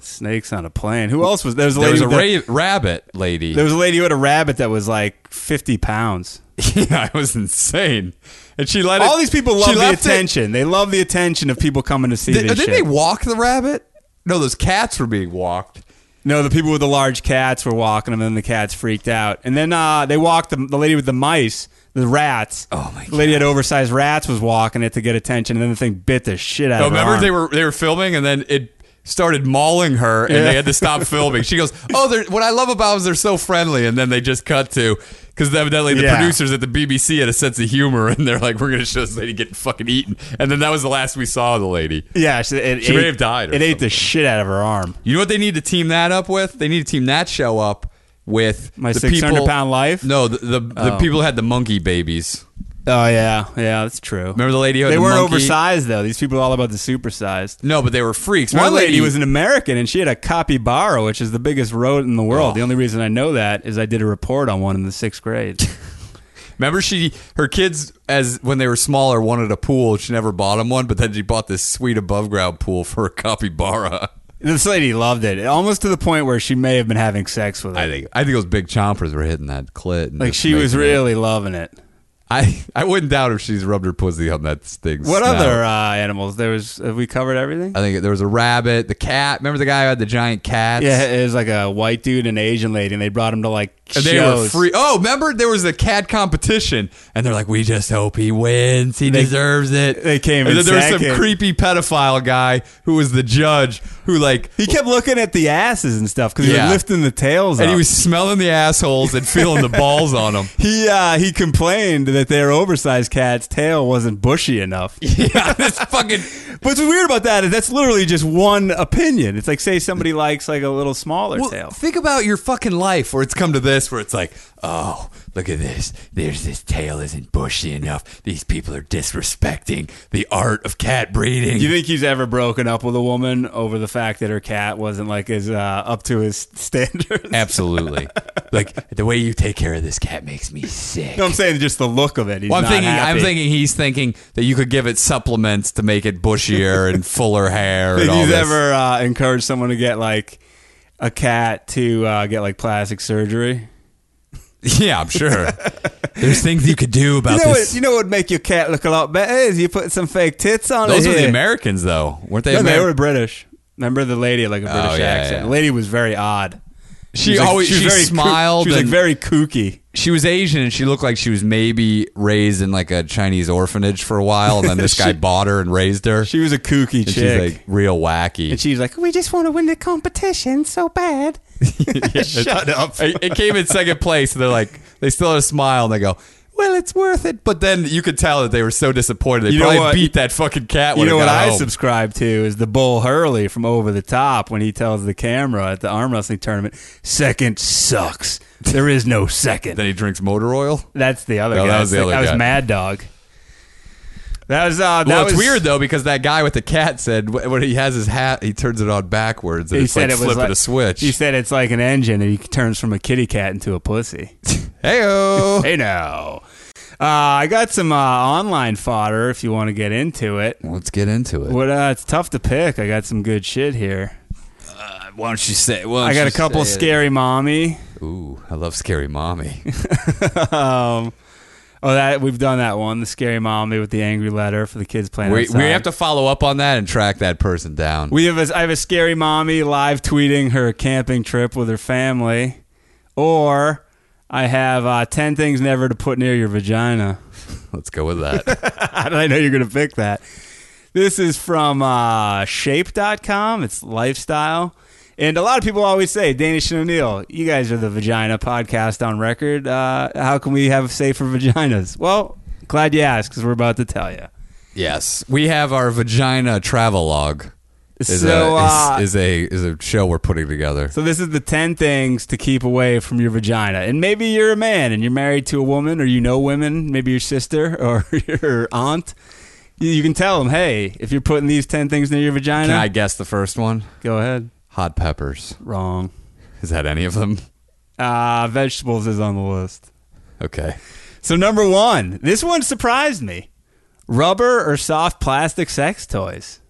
S4: snakes on a plane. Who else was there? Was a
S3: There
S4: lady
S3: was a
S4: with
S3: ra- rabbit lady.
S4: there was a lady who had a rabbit that was like fifty pounds.
S3: yeah, it was insane, and she let it-
S4: All these people
S3: she
S4: love the
S3: left it-
S4: attention. They love the attention of people coming to see
S3: Did,
S4: this
S3: didn't
S4: shit.
S3: they walk the rabbit? No, those cats were being walked.
S4: no, the people with the large cats were walking them, and then the cats freaked out. And then uh, they walked the, the lady with the mice, the rats.
S3: Oh, my
S4: The lady had oversized rats was walking it to get attention, and then the thing bit the shit out
S3: No,
S4: of her.
S3: Oh, remember
S4: arm.
S3: they were they were filming, and then it started mauling her, and they had to stop filming. She goes, "Oh, they're, what I love about them is they're so friendly," and then they just cut to because evidently the
S4: Yeah.
S3: producers at the BBC had a sense of humor, and they're like, "We're gonna show this lady getting fucking eaten," and then that was the last we saw of the lady.
S4: Yeah, she, it
S3: She
S4: ate,
S3: may have died or
S4: It ate the shit out of her arm.
S3: You know what they need to team that up with? They need to team that show up with
S4: My
S3: the
S4: 600
S3: people-
S4: pound life?
S3: No, the the, the people who had the monkey babies.
S4: Oh yeah, yeah, that's true.
S3: Remember the lady who had
S4: they
S3: the
S4: weren't
S3: monkey?
S4: oversized though. These people are all about the supersized.
S3: No, but they were freaks.
S4: One lady was an American and she had a capybara, which is the biggest rodent in the
S3: Oh.
S4: world. The only reason I know that is I did a report on one in the sixth grade.
S3: Remember, she her kids as when they were smaller wanted a pool. She never bought them one, but then she bought this sweet above ground pool for a capybara.
S4: This lady loved it, almost to the point where she may have been having sex with it.
S3: I think I think those big chompers were hitting that clit. and
S4: like
S3: just
S4: she was
S3: making it-
S4: really loving it.
S3: I I wouldn't doubt if she's rubbed her pussy on that thing.
S4: What other uh, animals? There was. Have we covered everything?
S3: I think there was a rabbit, the cat. Remember the guy who had the giant cats?
S4: yeah, it was like a white dude and an Asian lady, and they brought him to like
S3: And they were
S4: shows.
S3: free. Oh, remember there was the cat competition, and they're like, "We just hope he wins. He deserves it."
S4: they came
S3: And
S4: in
S3: then there was some
S4: second.
S3: creepy pedophile guy who was the judge, who like
S4: He kept looking at the asses and stuff because
S3: Yeah.
S4: they were lifting the tails.
S3: and
S4: up.
S3: he was smelling the assholes and feeling the balls on them.
S4: He uh, he complained that their oversized cat's tail wasn't bushy enough.
S3: Yeah, this fucking.
S4: What's weird about that is that's literally just one opinion. It's like say somebody likes like a little smaller
S3: Well,
S4: tail.
S3: think about your fucking life where it's come to this, where it's like, oh, look at this. There's this tail isn't bushy enough. These people are disrespecting the art of cat breeding.
S4: Do you think he's ever broken up with a woman over the fact that her cat wasn't like as uh, up to his standards?
S3: Absolutely. like the way you take care of this cat makes me sick.
S4: No, I'm saying just the look of it. He's
S3: Well, I'm
S4: not
S3: thinking. I'm
S4: happy.
S3: thinking he's thinking that you could give it supplements to make it bushier and fuller hair.
S4: Think
S3: and all
S4: he's
S3: this.
S4: ever uh, encouraged someone to get like a cat to uh, get like plastic surgery?
S3: Yeah, I'm sure. There's things you could do about
S4: You know,
S3: this.
S4: what, you know what would make your cat look a lot better is you put some fake tits on
S3: Those
S4: it.
S3: were the
S4: here.
S3: Americans, though, weren't they?
S4: No, they
S3: Ameri-
S4: were British. Remember the lady had, like a
S3: Oh,
S4: British
S3: yeah,
S4: accent.
S3: yeah.
S4: The lady was very odd.
S3: She
S4: was, like-
S3: always-
S4: was
S3: she
S4: very koo-
S3: smiled
S4: She was
S3: and-
S4: like very kooky.
S3: she was Asian and she looked like she was maybe raised in like a Chinese orphanage for a while, and then this guy bought her and raised her.
S4: She was a kooky
S3: and
S4: chick.
S3: she's like real wacky.
S4: and she was like, "We just want to win the competition so bad." Shut up.
S3: it it came in second place, and they're like, they still had a smile, and they go, "Well, it's worth it." But then you could tell that they were so disappointed. They
S4: You know
S3: probably
S4: what?
S3: beat that fucking cat.
S4: You
S3: when
S4: know
S3: it
S4: what
S3: got
S4: I
S3: home.
S4: subscribe to is the Bull Hurley from Over the Top when he tells the camera at the arm wrestling tournament, second sucks. There is no second.
S3: Then he drinks motor oil.
S4: That's the other
S3: No,
S4: guy.
S3: that was the
S4: Like,
S3: other guy.
S4: was Mad Dog. That was uh, that
S3: well,
S4: was
S3: it's weird though because that guy with the cat said wh- when he has his hat, he turns it on backwards, and
S4: he
S3: it's
S4: said
S3: like
S4: it was
S3: flipping
S4: like,
S3: a switch.
S4: He said it's like an engine, and he turns from a kitty cat into a pussy.
S3: Heyo.
S4: hey now, uh, I got some uh, online fodder if you want to get into it.
S3: Let's get into it.
S4: What? Uh, it's tough to pick. I got some good shit here.
S3: Why don't you say? Well,
S4: I got a couple scary mommy.
S3: Ooh, I love scary mommy.
S4: Um, oh, that we've done that one. The scary mommy with the angry letter for the kids playing.
S3: we,
S4: outside.
S3: we have to follow up on that and track that person down.
S4: We have a, I have a scary mommy live tweeting her camping trip with her family, or I have uh, ten things never to put near your vagina.
S3: Let's go with that.
S4: How did I know you're going to pick that? This is from uh, shape.com. It's lifestyle. And a lot of people always say, Danish and O'Neill, you guys are the vagina podcast on record. Uh, how can we have safer vaginas? Well, glad you asked because we're about to tell you.
S3: yes, we have our vagina travelogue. Is
S4: So,
S3: a, is-
S4: uh,
S3: is, a is a show we're putting together.
S4: So this is the 10 things to keep away from your vagina. And maybe you're a man and you're married to a woman or you know women, maybe your sister or your aunt. You- You can tell them, hey, if you're putting these 10 things near your vagina,
S3: Can I guess the first one?
S4: go ahead.
S3: Hot peppers.
S4: Wrong.
S3: Is that any of them?
S4: Uh, vegetables is on the list.
S3: Okay.
S4: So number one, this one surprised me: rubber or soft plastic sex toys.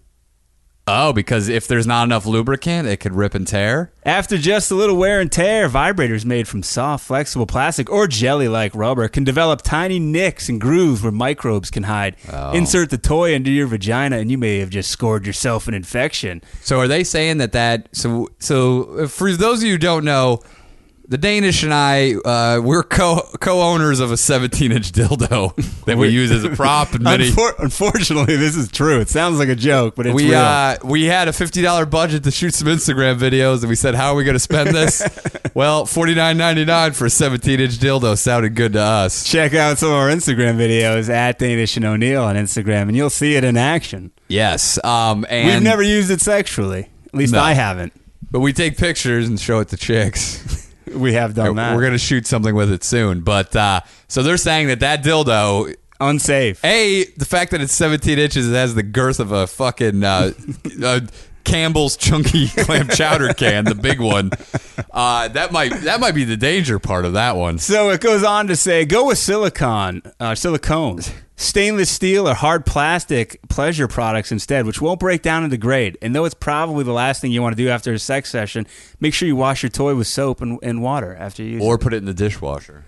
S3: Oh, because if there's not enough lubricant, it could rip and tear.
S4: After just a little wear and tear, vibrators made from soft, flexible plastic or jelly like rubber can develop tiny nicks and grooves where microbes can hide.
S3: Oh.
S4: Insert the toy into your vagina, and you may have just scored yourself an infection.
S3: So are they saying that that so so for those of you who don't know, the Danish and I uh, we're co co owners of a 17 inch dildo that we use as a prop and many.
S4: Unfor- unfortunately, this is true. It sounds like a joke, but it's
S3: We
S4: real.
S3: uh, we had a fifty dollar budget to shoot some Instagram videos, and we said, "How are we going to spend this?" well, forty nine ninety nine for a seventeen inch dildo sounded good to us.
S4: Check out some of our Instagram videos at Danish and O'Neill on Instagram, and you'll see it in action.
S3: Yes, um, and
S4: We've never used it sexually. At least
S3: No.
S4: I haven't.
S3: but we take pictures and show it to chicks.
S4: We have done that.
S3: Uh, We're gonna shoot something with it soon, but uh, so they're saying that that dildo,
S4: unsafe.
S3: a the fact that it's 17 inches, it has the girth of a fucking uh, uh, Campbell's chunky clam chowder can, the big one. Uh, that might that might be the danger part of that one.
S4: So it goes on to say, go with silicon, uh, silicone, stainless steel, or hard plastic pleasure products instead, which won't break down and degrade. And though it's probably the last thing you want to do after a sex session, make sure you wash your toy with soap and, and water after you use
S3: Or put it in the dishwasher.
S4: it.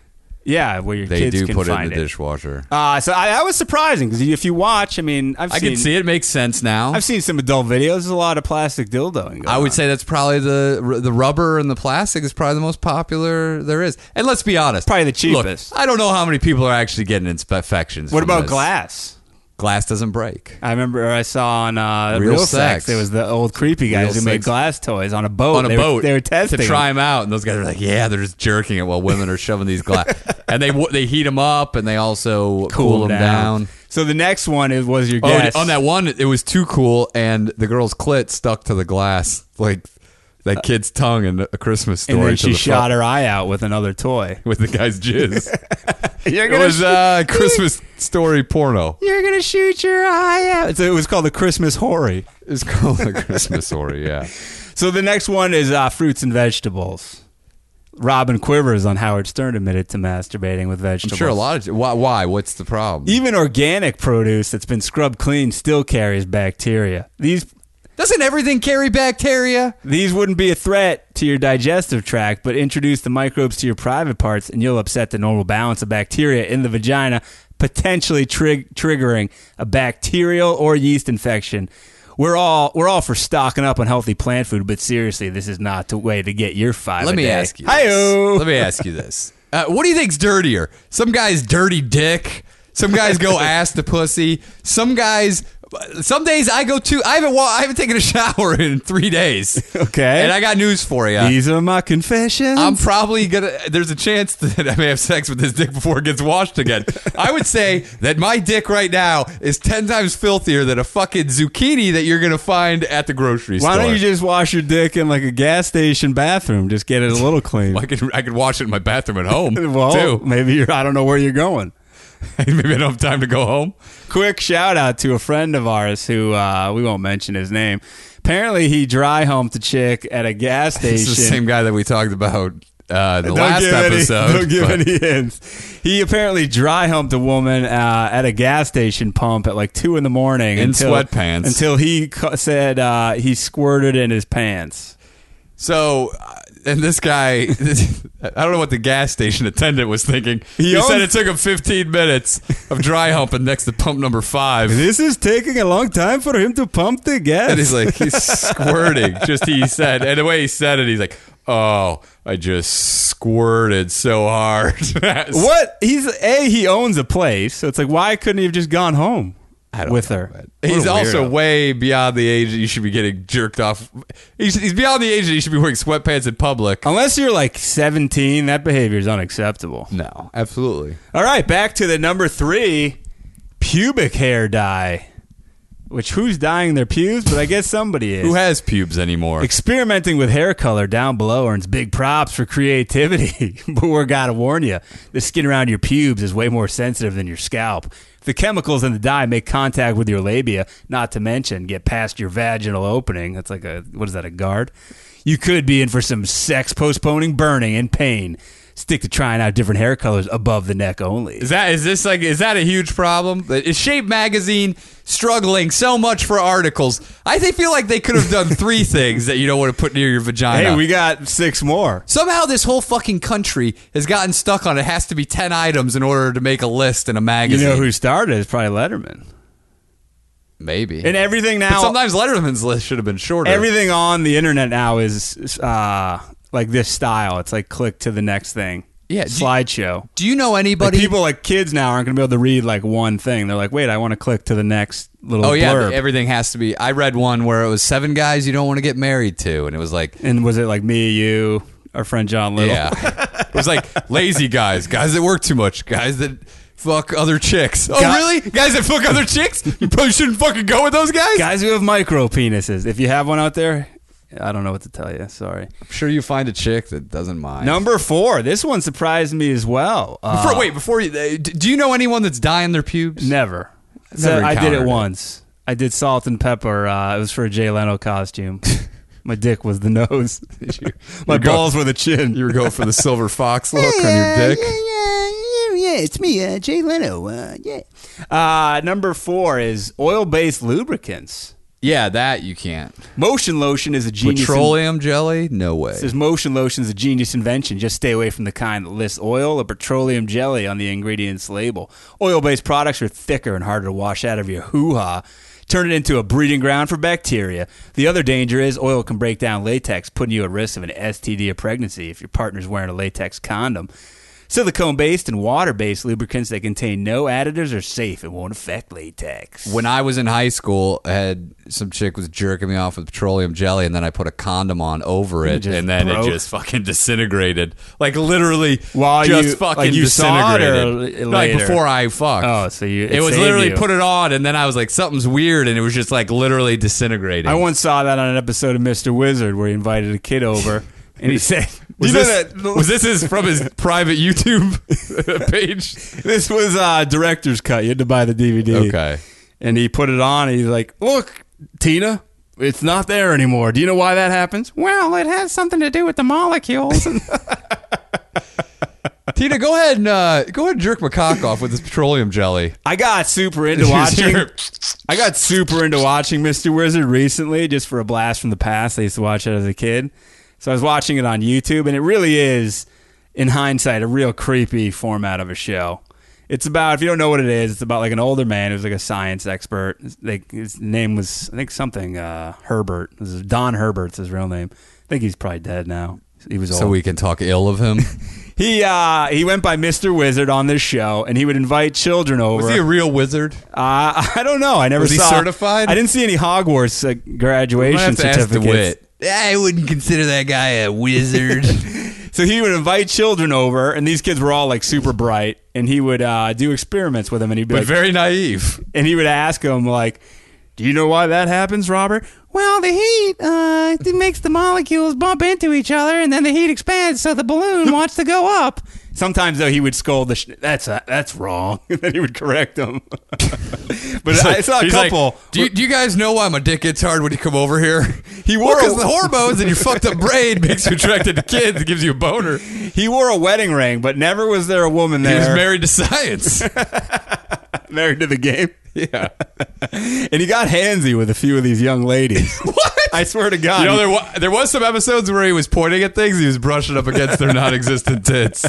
S4: Yeah, where your
S3: They
S4: kids
S3: do
S4: can
S3: put it in
S4: find
S3: the dishwasher.
S4: Uh, so I, that was surprising because if you watch, I mean, I've
S3: I
S4: seen,
S3: can see it makes sense now.
S4: I've seen some adult videos. There's a lot of plastic dildoing. Going
S3: I would
S4: on.
S3: say that's probably the the rubber and the plastic is probably the most popular there is. And let's be honest,
S4: Probably the
S3: Look,
S4: cheapest.
S3: I don't know how many people are actually getting infections.
S4: What
S3: from
S4: about
S3: this.
S4: glass?
S3: Glass doesn't break.
S4: I remember I saw on uh,
S3: Real
S4: Real, Sex.
S3: Sex.
S4: There was the old creepy guys
S3: Real
S4: who made
S3: Sex.
S4: glass toys on a boat.
S3: on a
S4: they
S3: boat.
S4: Were, they were testing
S3: to try
S4: them.
S3: them out, and those guys are like, "Yeah, they're just jerking it while women are shoving these glass." and they they heat them up, and they also cool, them down.
S4: So the next one is, was your
S3: Oh,
S4: guess
S3: on that one, it was too cool, and the girl's clit stuck to the glass like that kid's tongue in a Christmas story.
S4: and then
S3: to
S4: she
S3: the
S4: shot
S3: front
S4: her eye out with another toy.
S3: with the guy's jizz.
S4: You're
S3: it was uh, Christmas story porno.
S4: you're gonna shoot your eye out. So it was called the Christmas horry.
S3: It's called a Christmas story. Yeah,
S4: So the next one is uh, fruits and vegetables. Robin Quivers on Howard Stern admitted to masturbating with
S3: I'm
S4: vegetables.
S3: sure a lot of why. Why? What's the problem?
S4: Even organic produce that's been scrubbed clean still carries bacteria. These
S3: Doesn't everything carry bacteria?
S4: These wouldn't be a threat to your digestive tract, but introduce the microbes to your private parts and you'll upset the normal balance of bacteria in the vagina, potentially trig- triggering a bacterial or yeast infection. We're all we're all for stocking up on healthy plant food, but seriously, this is not the way to get your five.
S3: Let
S4: a
S3: me
S4: day.
S3: ask you. this.
S4: Hi-yo.
S3: Let me ask you this. Uh, what do you think's dirtier? Some guys dirty dick. Some guys go ass to pussy. Some guys. Some days I go to. I haven't. Wa- I haven't taken a shower in three days.
S4: Okay.
S3: And I got news for you.
S4: These are my confessions.
S3: I'm probably gonna. There's a chance that I may have sex with this dick before it gets washed again. I would say that my dick right now is ten times filthier than a fucking zucchini that you're gonna find at the grocery
S4: Why
S3: store.
S4: don't you just wash your dick in like a gas station bathroom? Just get it a little clean.
S3: I could. I could wash it in my bathroom at home
S4: well,
S3: too.
S4: maybe you're. I don't know where you're going.
S3: Maybe I don't have time to go home.
S4: quick shout out to a friend of ours who uh, we won't mention his name. Apparently, he dry humped a chick at a gas station.
S3: It's the same guy that we talked about uh, the
S4: Don't
S3: last
S4: give any-
S3: episode.
S4: don't give
S3: but-
S4: any hints. He apparently dry humped a woman uh, at a gas station pump at like two in the morning
S3: In sweatpants.
S4: until he co- said uh, he squirted in his pants.
S3: So, uh, and this guy, I don't know what the gas station attendant was thinking. He,
S4: owns-
S3: said it took him 15 minutes of dry humping next to pump number five.
S4: This is taking a long time for him to pump the gas.
S3: And he's like, he's squirting. Just he said, and the way he said it, he's like, oh, I just squirted so hard.
S4: what? He's a he owns a place, so it's like why couldn't he have just gone home with her? What
S3: He's
S4: a
S3: also
S4: weirdo.
S3: way beyond the age that you should be getting jerked off. He's, he's beyond the age that you should be wearing sweatpants in public.
S4: Unless you're like 17, that behavior is unacceptable.
S3: No, absolutely.
S4: All right, back to the number three pubic hair dye, which who's dyeing their pubes? But I guess somebody is.
S3: Who has pubes anymore?
S4: Experimenting with hair color down below earns big props for creativity, but we're gotta warn you: the skin around your pubes is way more sensitive than your scalp. The chemicals in the dye make contact with your labia, not to mention get past your vaginal opening. That's like a what is that a guard? You could be in for some sex postponing, burning, and pain. Stick to trying out different hair colors above the neck only.
S3: Is that is this like is that a huge problem? Is Shape Magazine struggling so much for articles? I think feel like they could have done three things that you don't want to put near your vagina.
S4: got six more.
S3: Somehow this whole fucking country has gotten stuck on it has to be ten items in order to make a list in a
S4: You
S3: magazine.
S4: know who started is probably Letterman.
S3: Maybe.
S4: And everything now
S3: but sometimes Letterman's list should have been shorter.
S4: Everything on the internet now is uh, like this style. It's like click to the next thing.
S3: Yeah, do-
S4: slideshow.
S3: Do you know
S4: But
S3: anybody?
S4: people like kids now aren't going to be able to read like one thing. They're like, wait, I want to click to the next little
S3: oh yeah,
S4: blurb.
S3: everything has to be. I read one where it was seven guys you don't want to get married to, and it was like
S4: and was it like me, you, our friend John Little?
S3: Yeah. it was like lazy guys, guys that work too much, guys that fuck other chicks. Oh,
S4: Guy-
S3: really? Guys that fuck other chicks? You probably shouldn't fucking go with those guys?
S4: Guys who have micro penises. If you have one out there, I don't know what to tell you. Sorry.
S3: I'm sure you find a chick that doesn't mind.
S4: Number four. This one surprised me as well. Uh,
S3: Before, wait, before you, uh, d- do you know anyone that's dyeing their pubes?
S4: Never.
S3: Never
S4: I did
S3: encountered
S4: it
S3: it.
S4: once. I did Salt and Pepper. Uh, it was for a Jay Leno costume. My dick was the nose. My
S3: You're go-
S4: balls were the chin.
S3: You were going for the silver fox look on your dick.
S4: yeah, yeah, yeah, it's me, uh, Jay Leno. Uh, yeah. Uh, number four is oil-based lubricants.
S3: Yeah, that you can't.
S4: Motion lotion is a genius.
S3: Petroleum jelly? No way.
S4: Says motion lotion is a genius invention. Just stay away from the kind that lists oil or petroleum jelly on the ingredients label. Oil-based products are thicker and harder to wash out of your hoo-ha. Turn it into a breeding ground for bacteria. The other danger is oil can break down latex, putting you at risk of an STD or pregnancy if your partner's wearing a latex condom. Silicone-based and water-based lubricants that contain no additives are safe and won't affect latex.
S3: When I was in high school, I had some chick was jerking me off with petroleum jelly, and then I put a condom on over it,
S4: just
S3: and then
S4: broke.
S3: it just fucking disintegrated. Like literally,
S4: While
S3: just
S4: you-
S3: fucking
S4: like you saw it
S3: disintegrated.
S4: or l-
S3: like
S4: later?
S3: before I fucked.
S4: Oh, so you- it
S3: it, was
S4: saved
S3: literally
S4: you.
S3: put it on, and then I was like, something's weird, and it was just like literally disintegrating.
S4: I once saw that on an episode of Mr. Wizard where he invited a kid over and he said,
S3: was,
S4: You know
S3: this,
S4: that-
S3: was this his from his private YouTube page?
S4: this was uh, director's cut. You had to buy the DVD.
S3: Okay.
S4: And he put it on and he's like, Look, Tina, it's not there anymore. Do you know why that happens? Well, it has something to do with the molecules.
S3: Tina, go ahead and uh, go ahead and jerk my cock off with this petroleum jelly.
S4: I got super into
S3: Just
S4: watching.
S3: your-
S4: I got super into watching Mr. Wizard recently, just for a blast from the past. I used to watch it as a kid, so I was watching it on YouTube, and it really is, in hindsight, a real creepy format of a show. It's about if you don't know what it is, it's about like an older man who's like a science expert. Like his name was, I think something uh, Herbert. This is Don Herbert's his real name. I think he's probably dead now. He was old.
S3: So we can talk ill of him.
S4: he uh, he went by Mr. Wizard on this show, and he would invite children over.
S3: Was he a real wizard?
S4: Uh, I don't know. I never
S3: Was he
S4: saw.
S3: certified?
S4: I didn't see any Hogwarts uh, graduation certificates.
S3: I wouldn't consider that guy a wizard.
S4: So he would invite children over, and these kids were all like super bright, and he would uh, do experiments with them, and he'd be
S3: but
S4: like,
S3: very naive.
S4: and he would ask them like, "Do you know why that happens, Robert?" Well, the heat uh, it makes the molecules bump into each other, and then the heat expands, so the balloon wants to go up. Sometimes though, he would scold the. Sh- that's uh, that's wrong, and then he would correct them. but I saw a
S3: He's like,
S4: couple.
S3: do, you, do you guys know why my dick gets hard when you come over here? He
S4: wore
S3: because
S4: a-
S3: the hormones in your fucked up brain makes you attracted to kids. It gives you a boner. He
S4: He wore a wedding ring, but never was there a woman there
S3: was married to science.
S4: married to the game.
S3: yeah.
S4: And he got handsy with a few of these young ladies. what? I swear to God.
S3: You know, there, wa- there was some episodes where he was pointing at things. He was brushing up against their non-existent tits.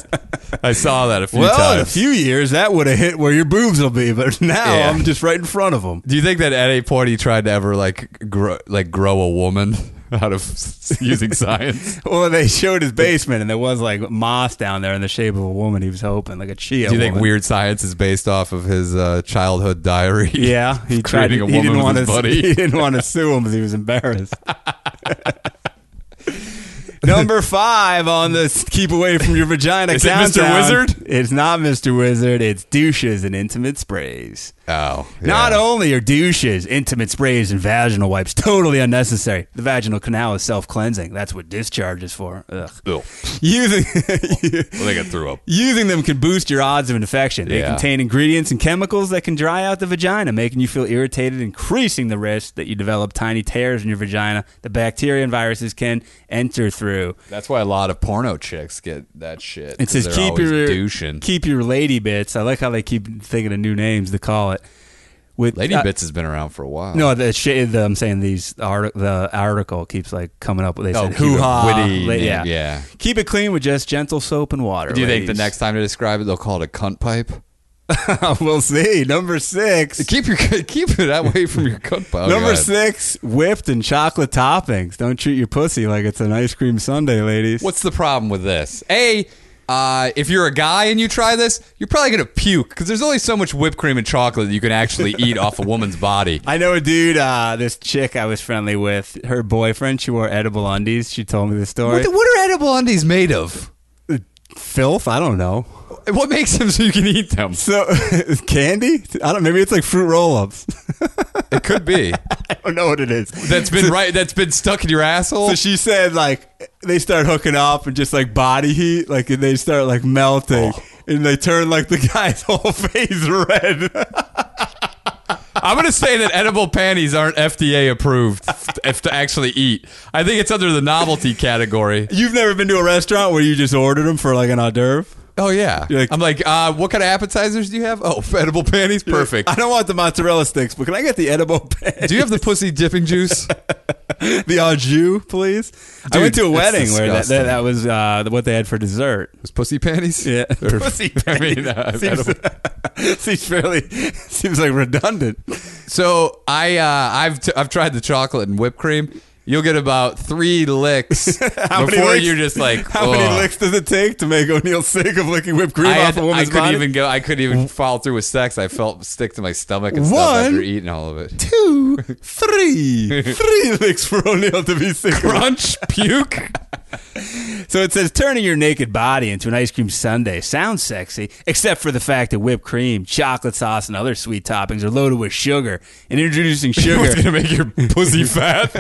S3: I saw that a few
S4: well, in a
S3: times.
S4: few years, that would have hit where your boobs will be, but now
S3: Yeah.
S4: I'm just right in front of them.
S3: Do you think that at any point he tried to ever like grow, like grow a woman out of s- using science?
S4: Well, they showed his basement, and there was like moss down there in the shape of a woman. He was hoping, like a chia.
S3: Do you think
S4: woman.
S3: Weird Science is based off of his uh, childhood diary?
S4: Yeah, he tried.
S3: creating
S4: to-
S3: a
S4: he didn't
S3: woman
S4: want
S3: with his
S4: to.
S3: buddy.
S4: He didn't want to sue him because he was embarrassed. Number five on the s- keep away from your vagina
S3: Is it Mr.
S4: countdown.
S3: Wizard?
S4: It's not Mr. Wizard. It's douches and intimate sprays.
S3: Oh, yeah.
S4: Not only are douches, intimate sprays, and vaginal wipes totally unnecessary. The vaginal canal is self-cleansing. That's what discharge is for. Ugh.
S3: Ew.
S4: Using
S3: I think I threw up.
S4: Using them can boost your odds of infection. They
S3: Yeah.
S4: contain ingredients and chemicals that can dry out the vagina, making you feel irritated, increasing the risk that you develop tiny tears in your vagina that bacteria and viruses can enter through.
S3: That's why a lot of porno chicks get that shit.
S4: It
S3: 'cause
S4: says
S3: they're
S4: keep
S3: always
S4: your
S3: douching.
S4: keep your lady bits. I like how they keep thinking of new names to call it. With
S3: Lady
S4: uh,
S3: Bits has been around for a while.
S4: No, the, sh- the I'm saying these the art- the article keeps like coming up. with They
S3: Oh,
S4: said
S3: keep a
S4: hoo ha,
S3: witty name, yeah.
S4: Keep it clean with just gentle soap and water.
S3: Do you think the
S4: ladies.
S3: next time to describe it, they'll call it a cunt pipe?
S4: we'll see number six?
S3: Keep your keep it that way from your cunt pipe.
S4: Number six, whipped and chocolate toppings. Don't treat your pussy like it's an ice cream sundae, ladies.
S3: What's the problem with this? A, uh, if you're a guy and you try this, you're probably gonna puke because there's only so much whipped cream and chocolate that you can actually eat off a woman's body.
S4: I know a dude, uh, this chick I was friendly with, her boyfriend, she wore edible undies. She told me the story.
S3: What, the- what are edible undies made of?
S4: Filth? I don't know.
S3: What makes them so you can eat them?
S4: So, candy? I don't Maybe it's like fruit roll ups.
S3: It could be
S4: I don't know what it is.
S3: that's been right. That's been stuck in your asshole.
S4: So she said, like, they start hooking up and just like body heat, like, and they start like Oh. melting. And they turn like the guy's whole face red.
S3: I'm gonna say that edible panties aren't FDA approved if to actually eat. I think it's under the novelty category.
S4: You've never been to a restaurant where you just ordered them for like an hors d'oeuvre?
S3: Oh yeah,
S4: You're like-
S3: I'm like, uh, what kind of appetizers do you have? Oh, edible panties, perfect.
S4: I don't want the mozzarella sticks, but can I get the edible pan?
S3: Do you have the pussy dipping juice?
S4: the au jus, please? I
S3: Dude,
S4: went to a
S3: that's
S4: wedding where that,
S3: disgusting.
S4: that, that was uh, what they had for dessert.
S3: Was pussy panties?
S4: Yeah.
S3: Or-
S4: Pussy
S3: I mean, uh,
S4: seems,
S3: edible-
S4: seems fairly seems like redundant.
S3: So I uh, I've t- I've tried the chocolate and whipped cream. You'll get about three licks
S4: How many
S3: before
S4: licks-
S3: you're just like,
S4: how many
S3: "Ugh."
S4: licks does it take to make O'Neill sick of licking whipped cream
S3: I,
S4: off
S3: had-
S4: a
S3: I
S4: woman's
S3: couldn't
S4: body?
S3: even go. I couldn't even follow through with sex. I felt stick to my stomach and stuff
S4: One.
S3: after eating all of it.
S4: Two, three, three licks for O'Neill to be sick. of.
S3: Crunch, puke.
S4: So it says turning your naked body into an ice cream sundae sounds sexy, except for the fact that whipped cream, chocolate sauce, and other sweet toppings are loaded with sugar, and introducing sugar.
S3: It's gonna make your pussy fat.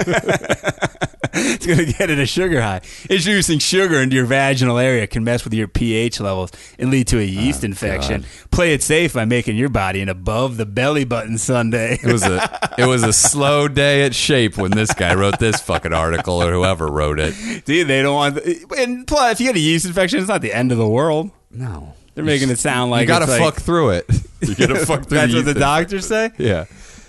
S4: It's going to get it a sugar high. Introducing sugar into your vaginal area can mess with your pH levels and lead to
S3: Ah,
S4: a yeast infection. Play it safe by making your body an above the belly button Sunday.
S3: It was a it was a slow day at shape when this guy wrote this fucking article or whoever wrote it.
S4: Dude, they don't want. and plus, if you get a yeast infection, it's not the end of the world.
S3: No,
S4: They're making it sound like
S3: you gotta
S4: it's like-
S3: fuck through it. You gotta fuck through.
S4: That's what the
S3: yeast.
S4: doctors say.
S3: Yeah,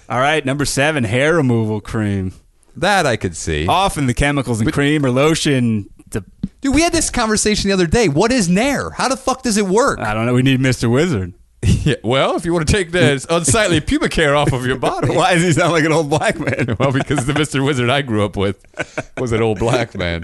S4: All right, number seven, hair removal cream.
S3: that I could see.
S4: Often the chemicals in cream or lotion. To,
S3: Dude, we had this conversation the other day. What is Nair? How the fuck does it work?
S4: I don't know. We need Mr. Wizard.
S3: Yeah, well, if you want to take the unsightly pubic hair off of your body.
S4: Why does he sound like an old black man?
S3: Well, because the Mr. Wizard I grew up with was an old black man.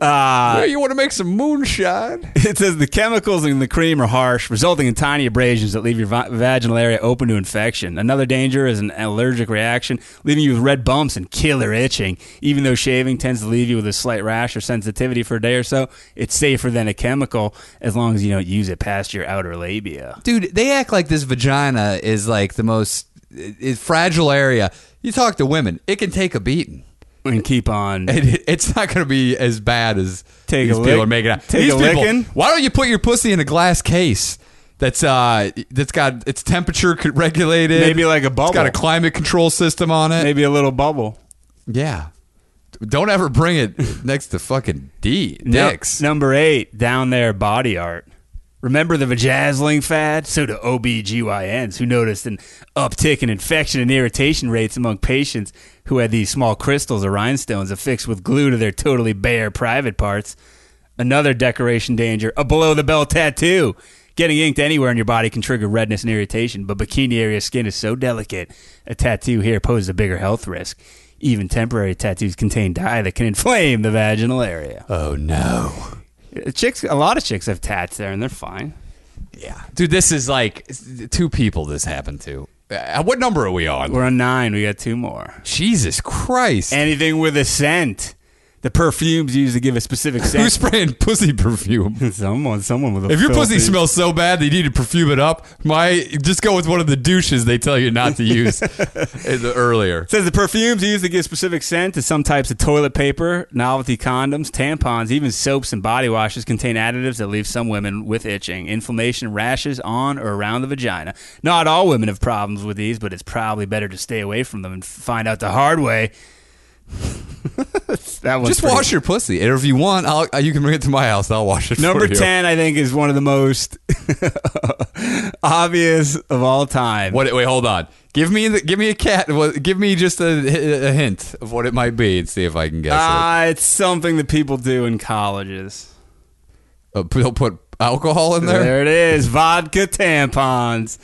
S4: Uh,
S3: Hey, you want to make some moonshine?
S4: It says the chemicals in the cream are harsh, resulting in tiny abrasions that leave your va- vaginal area open to infection. Another danger is an allergic reaction, leaving you with red bumps and killer itching. Even though shaving tends to leave you with a slight rash or sensitivity for a day or so, it's safer than a chemical as long as you don't use it past your outer labia.
S3: Dude, they act like this vagina is like the most i- fragile area. You talk to women, it can take a beating.
S4: And keep on.
S3: It, it's not going to be as bad as
S4: Take
S3: these
S4: a
S3: people
S4: lick-
S3: are making out.
S4: take
S3: these
S4: a
S3: people,
S4: licking?
S3: Why don't you put your pussy in a glass case? That's uh, that's got its temperature co- regulated.
S4: Maybe like a
S3: It's got
S4: bubble.
S3: a climate control system on it.
S4: Maybe a little bubble.
S3: Yeah. Don't ever bring it next to fucking D
S4: No-
S3: dicks.
S4: number eight, down there, body art. Remember the vajazzling fad? So do OBGYNs, who noticed an uptick in infection and irritation rates among patients who had these small crystals or rhinestones affixed with glue to their totally bare private parts. Another decoration danger, a below the belt tattoo. Getting inked anywhere on your body can trigger redness and irritation, but bikini area skin is so delicate, a tattoo here poses a bigger health risk. Even temporary tattoos contain dye that can inflame the vaginal area.
S3: Oh no.
S4: Chicks, a lot of chicks have tats there, and they're fine.
S3: Yeah. Dude, this is like it's two people this happened to. Uh, what number are we on?
S4: We're on nine. We got two more.
S3: Jesus Christ.
S4: Anything with a scent. The perfumes used to give a specific scent.
S3: Who's spraying pussy perfume?
S4: someone? Someone with a.
S3: If your pussy
S4: filthy-
S3: smells so bad that you need to perfume it up, my just go with one of the douches they tell you not to use in the- earlier.
S4: Says the perfumes used to give specific scent to some types of toilet paper, novelty condoms, tampons, even soaps and body washes contain additives that leave some women with itching, inflammation, rashes on or around the vagina. Not all women have problems with these, but it's probably better to stay away from them and find out the hard way. that one's
S3: Just
S4: pretty-
S3: wash your pussy. And if you want, I'll, uh, you can bring it to my house. I'll wash it
S4: Number
S3: for you.
S4: 10, I think, is one of the most obvious of all time.
S3: What? Wait, hold on. Give me the, give me a cat. What, give me just a, a hint of what it might be and see if I can guess
S4: Uh, it's something that people do in colleges.
S3: it. Uh, they'll put alcohol in there.
S4: There it is vodka tampons.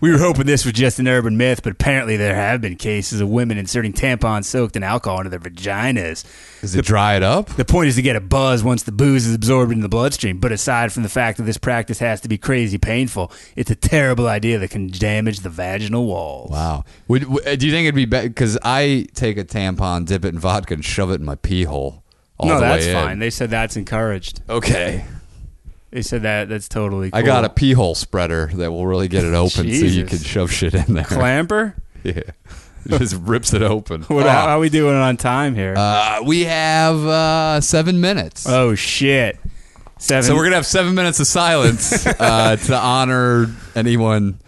S4: We were hoping this was just an urban myth, but apparently there have been cases of women inserting tampons soaked in alcohol into their vaginas.
S3: Does it dry it up?
S4: The point is to get a buzz once the booze is absorbed into the bloodstream. But aside from the fact that this practice has to be crazy painful, it's a terrible idea that can damage the vaginal walls.
S3: Wow. Would, w- uh, do you think it'd be better? Because I take a tampon, dip it in vodka, and shove it in my pee hole. All
S4: no,
S3: the
S4: that's
S3: way in.
S4: fine. They said that's encouraged.
S3: Okay.
S4: They said that that's totally. Cool.
S3: I got a pee hole spreader that will really get it open, so you
S4: Jesus.
S3: can shove shit in there.
S4: clamper.
S3: Yeah. It just rips it open.
S4: What,
S3: Oh.
S4: How are we doing on time here?
S3: Uh, we have uh, seven minutes.
S4: oh shit! Seven.
S3: So we're gonna have seven minutes of silence uh, to honor anyone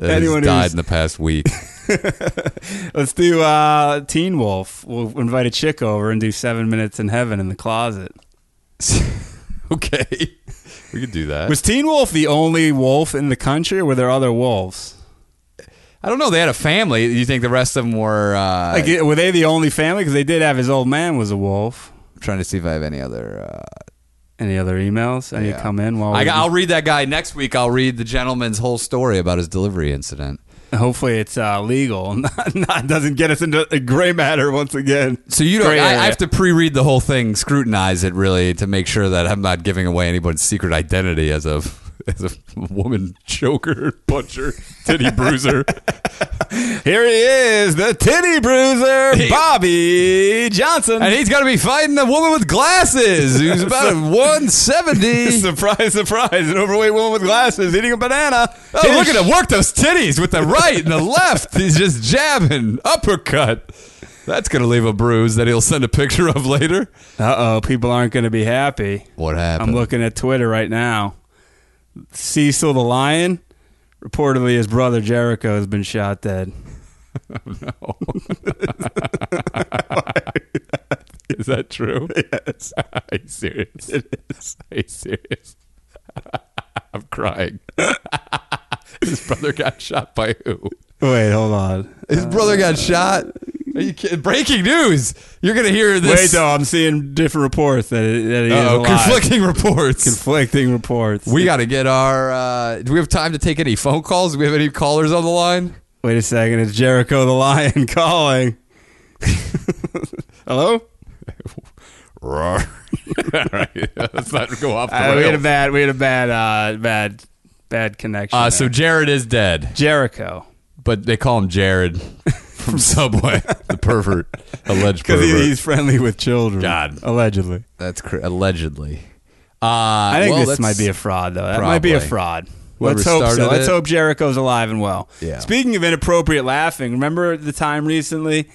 S3: that
S4: Anyone
S3: has died
S4: who's-
S3: in the past week.
S4: Let's do uh, Teen Wolf. We'll invite a chick over and do seven minutes in heaven in the closet.
S3: okay, we could do that.
S4: Was Teen Wolf the only wolf in the country, or were there other wolves?
S3: I don't know. They had a family. You think the rest of them were? Uh,
S4: Like, were they the only family? Because they did have his old man was a wolf.
S3: I'm trying to see if I have any other. Uh,
S4: Any other emails? Any
S3: yeah.
S4: come in while
S3: I,
S4: we-
S3: I'll read that guy next week. I'll read the gentleman's whole story about his delivery incident.
S4: Hopefully, it's uh, legal. Not, not doesn't get us into a gray matter once again.
S3: So you don't.
S4: Gray
S3: I, I
S4: area.
S3: have to pre-read the whole thing, scrutinize it really to make sure that I'm not giving away anybody's secret identity as a as a woman choker, puncher, titty bruiser.
S4: Here he is, the titty bruiser, Bobby Johnson.
S3: And he's going to be fighting a woman with glasses who's about 170.
S4: surprise, surprise, an overweight woman with glasses eating a banana.
S3: Oh, look at him work those titties with the right and the left. He's just jabbing, uppercut. That's going to leave a bruise that he'll send a picture of later.
S4: Uh oh, people aren't going to be happy.
S3: What happened?
S4: I'm looking at Twitter right now. Cecil the Lion, reportedly his brother Jericho has been shot dead.
S3: Is that true? Yes. Are you serious? It is. Are you serious? I'm crying. His brother got shot by who?
S4: Wait, hold on.
S3: His brother got shot. Are you kidding? Breaking news! You're gonna hear
S4: Wait,
S3: this.
S4: though, I'm seeing different reports that, it, that he
S3: Uh-oh,
S4: is alive.
S3: conflicting reports.
S4: Conflicting reports.
S3: we got to get our. Uh, do we have time to take any phone calls? Do we have any callers on the line?
S4: Wait a second, it's Jericho the Lion calling. Uh, Hello?
S3: Roar. All right, let's not go off the
S4: Uh, we had a
S3: rails.
S4: bad, we had a bad, uh, bad, bad connection.
S3: Uh,
S4: there.
S3: so Jared is dead.
S4: Jericho,
S3: but they call him Jared from Subway, the pervert, alleged
S4: because
S3: pervert.
S4: he, he's friendly with children.
S3: God.
S4: allegedly.
S3: that's cr- allegedly. Uh,
S4: I think
S3: well,
S4: this
S3: that's-
S4: might be a fraud, though. That might be a
S3: Probably.
S4: fraud.
S3: Whoever
S4: Let's hope so.
S3: started
S4: Let's
S3: it-
S4: hope Jericho's alive and well.
S3: Yeah.
S4: Speaking of inappropriate laughing, remember the time recently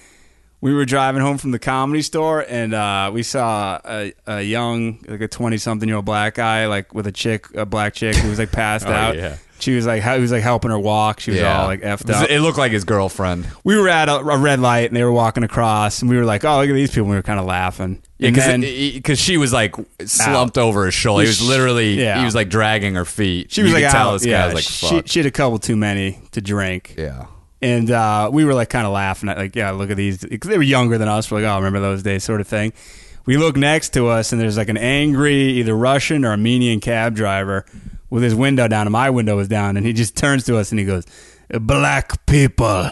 S4: we were driving home from the comedy store and uh, we saw a, a young, like a twenty-something-year-old black guy, like with a chick, a black chick who was like passed
S3: Oh,
S4: out.
S3: yeah.
S4: She was like, he was like helping her walk. She was all like effed up
S3: It looked like his girlfriend.
S4: we were at a, a red light and they were walking across and we were like, oh, look at these people. And we were kind of laughing.
S3: Yeah,
S4: and then
S3: because she was like slumped over his shoulder. He was literally
S4: Yeah.
S3: he was like dragging her feet.
S4: she was
S3: you
S4: like,
S3: could tell
S4: out.
S3: this
S4: yeah,
S3: guy was like,
S4: she,
S3: fuck.
S4: she had a couple too many to drink.
S3: yeah,
S4: And uh, we were like kind of laughing at like, yeah, look at these. 'Cause they were younger than us. We're like, oh, remember those days sort of thing. We look next to us and there's like an angry either Russian or Armenian cab driver with his window down and my window was down. And he just turns to us and he goes, black people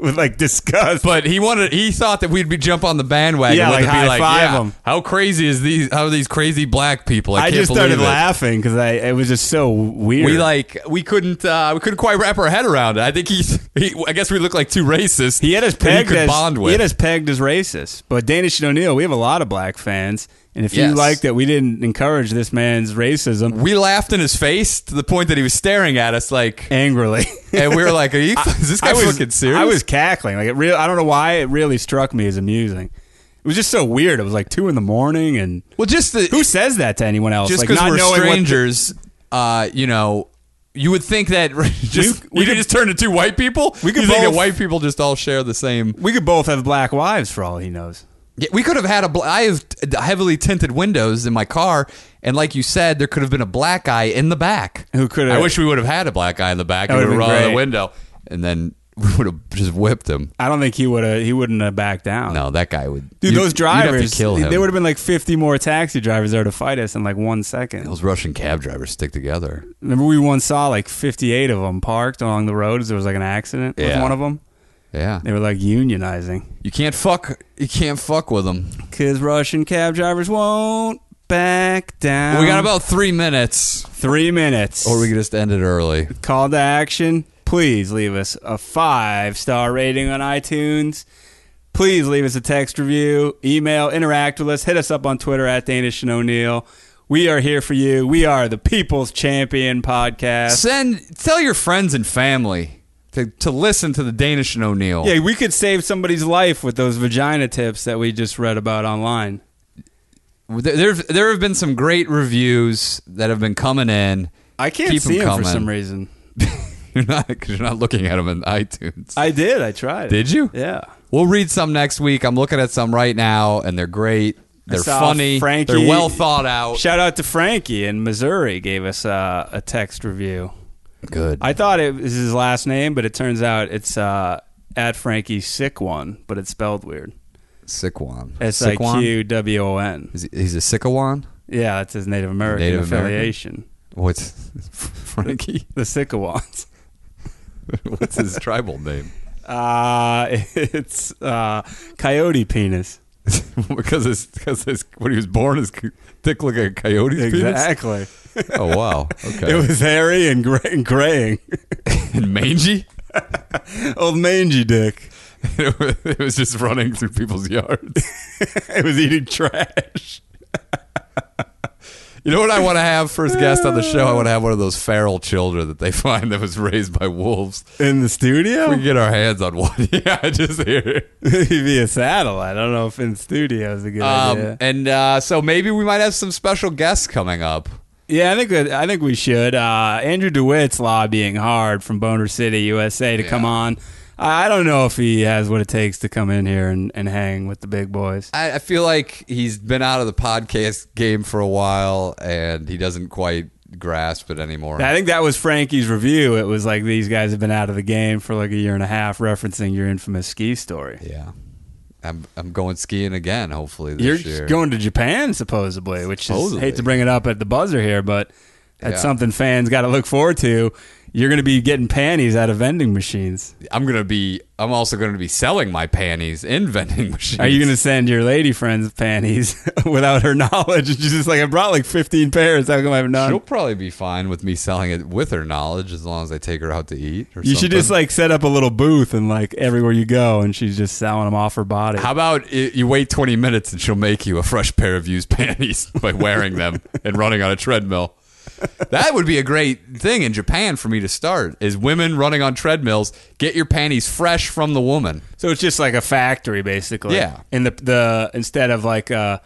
S4: with like disgust.
S3: but he wanted. He thought that we'd be jump on the bandwagon.
S4: Yeah,
S3: with
S4: like
S3: it, be
S4: high
S3: like,
S4: five
S3: yeah,
S4: him.
S3: How crazy is these? How are these crazy black people? I,
S4: I
S3: can't
S4: just
S3: believe
S4: started
S3: it.
S4: laughing because I it was just so weird.
S3: We like we couldn't uh, we couldn't quite wrap our head around it. I think he's he, I guess we look like two racists.
S4: he had us
S3: that you
S4: pegged
S3: could
S4: as
S3: bond
S4: he
S3: with.
S4: had us pegged as racist. But Danish and O'Neill, we have a lot of black fans, and if you
S3: Yes.
S4: like that, we didn't encourage this man's racism
S3: we laughed in his face to the point that he was staring at us like,
S4: angrily.
S3: and we were like, Are you, "Is this guy
S4: I was
S3: fucking serious?"
S4: I was cackling like it. Real, I don't know why it really struck me as amusing. It was just so weird. It was like two in the morning, and
S3: well, just the,
S4: who says that to anyone else?
S3: just
S4: like
S3: because
S4: not knowing
S3: we're
S4: what the-
S3: strangers, uh, you know. You would think that just
S4: We- we
S3: you could
S4: could-
S3: just turn to two white people.
S4: we could
S3: you think that
S4: both-
S3: white people just all share the same.
S4: we could both have black wives for all he knows.
S3: Yeah, we could have had a. Bl- I have t- heavily tinted windows in my car, and like you said, there could have been a black guy in the back.
S4: Who could have-
S3: I wish we would have had a black guy in the back. and we
S4: would've
S3: would
S4: been
S3: have the
S4: great.
S3: window, and then we would have just whipped him.
S4: I don't think he would have. He wouldn't have backed down.
S3: No, that guy would.
S4: Dude,
S3: you-
S4: those
S3: you'd
S4: drivers,
S3: have to kill him.
S4: there would have been like 50 more taxi drivers there to fight us in like one second.
S3: Those Russian cab drivers stick together.
S4: Remember, we once saw like 58 of them parked along the road. 'cause There was like an accident with
S3: Yeah.
S4: one of them.
S3: Yeah,
S4: They were like unionizing.
S3: you can't fuck. You can't fuck with them.
S4: Because Russian cab drivers won't back down.
S3: we got about three minutes,
S4: three minutes.
S3: or we could just end it early.
S4: Call to action. Please leave us a five star rating on iTunes. Please leave us a text review, email, interact with us. Hit us up on Twitter at Danish and O'Neill. We are here for you. We are the People's Champion podcast.
S3: Send. Tell your friends and family to to listen to the Danish and O'Neill.
S4: Yeah, we could save somebody's life with those vagina tips that we just read about online.
S3: There, there, there have been some great reviews that have been coming in.
S4: I can't
S3: Keep
S4: see
S3: 'em
S4: them for
S3: coming.
S4: some reason.
S3: You're not because you're not looking at them in iTunes.
S4: I did. I tried. it.
S3: Did you?
S4: Yeah.
S3: We'll read some next week. I'm looking at some right now, and they're great. They're
S4: saw
S3: funny.
S4: Frankie-
S3: They're well thought out.
S4: Shout out to Frankie in Missouri gave us uh, a text review.
S3: Good.
S4: I thought it was his last name, but it turns out it's uh, at Frankie Sick One, but it's spelled weird.
S3: sick one.
S4: S I
S3: Sick one?
S4: Q W O N.
S3: Is he- He's a Sikawan.
S4: Yeah, that's his Native American
S3: Native American?
S4: affiliation.
S3: What's Frankie?
S4: The Sickawans.
S3: What's his tribal name?
S4: Uh, it's uh, Coyote Penis.
S3: because his because his when he was born, his dick looked like a coyote's
S4: Exactly.
S3: penis. Oh wow. Okay.
S4: It was hairy and, gray- and graying.
S3: and mangy.
S4: Old mangy dick.
S3: It was, it was just running through people's yards.
S4: It was eating trash.
S3: You know what I want to have first guest on the show? I want to have one of those feral children that they find that was raised by wolves.
S4: In the
S3: We
S4: studio?
S3: can get our hands on one. yeah, I just hear. it.
S4: Via satellite. I don't know if in studio is a good
S3: Um,
S4: idea.
S3: and uh, so maybe we might have some special guests coming up.
S4: Yeah, I think that- I think we should. Uh, Andrew DeWitt's lobbying hard from Boner City, USA, to come
S3: Yeah.
S4: on. I I don't know if he has what it takes to come in here and, and hang with the big boys.
S3: I, I feel like he's been out of the podcast game for a while, and he doesn't quite grasp it anymore.
S4: I think that was Frankie's review. It was like these guys have been out of the game for like a year and a half, referencing your infamous ski story.
S3: yeah, I'm I'm going skiing again. Hopefully
S4: You're
S3: this year.
S4: going to Japan supposedly, which is
S3: Supposedly.
S4: hate to bring it up at the buzzer here, but that's
S3: Yeah.
S4: something fans got to look forward to. You're going to be getting panties out of vending machines.
S3: I'm gonna be. I'm also gonna be selling my panties in vending machines.
S4: Are you going to send your lady friends panties without her knowledge? And she's just like, I brought like 15 pairs. How come I have none?
S3: She'll probably be fine with me selling it with her knowledge, as long as I take her out to eat. Or
S4: You should just
S3: something.
S4: like set up a little booth and like everywhere you go, and she's just selling them off her body.
S3: How about i you wait 20 minutes and she'll make you a fresh pair of used panties by wearing them and running on a treadmill? That would be a great thing in Japan for me to start is women running on treadmills. Get your panties fresh from the woman.
S4: So it's just like a factory, basically.
S3: Yeah.
S4: And the the instead of like uh,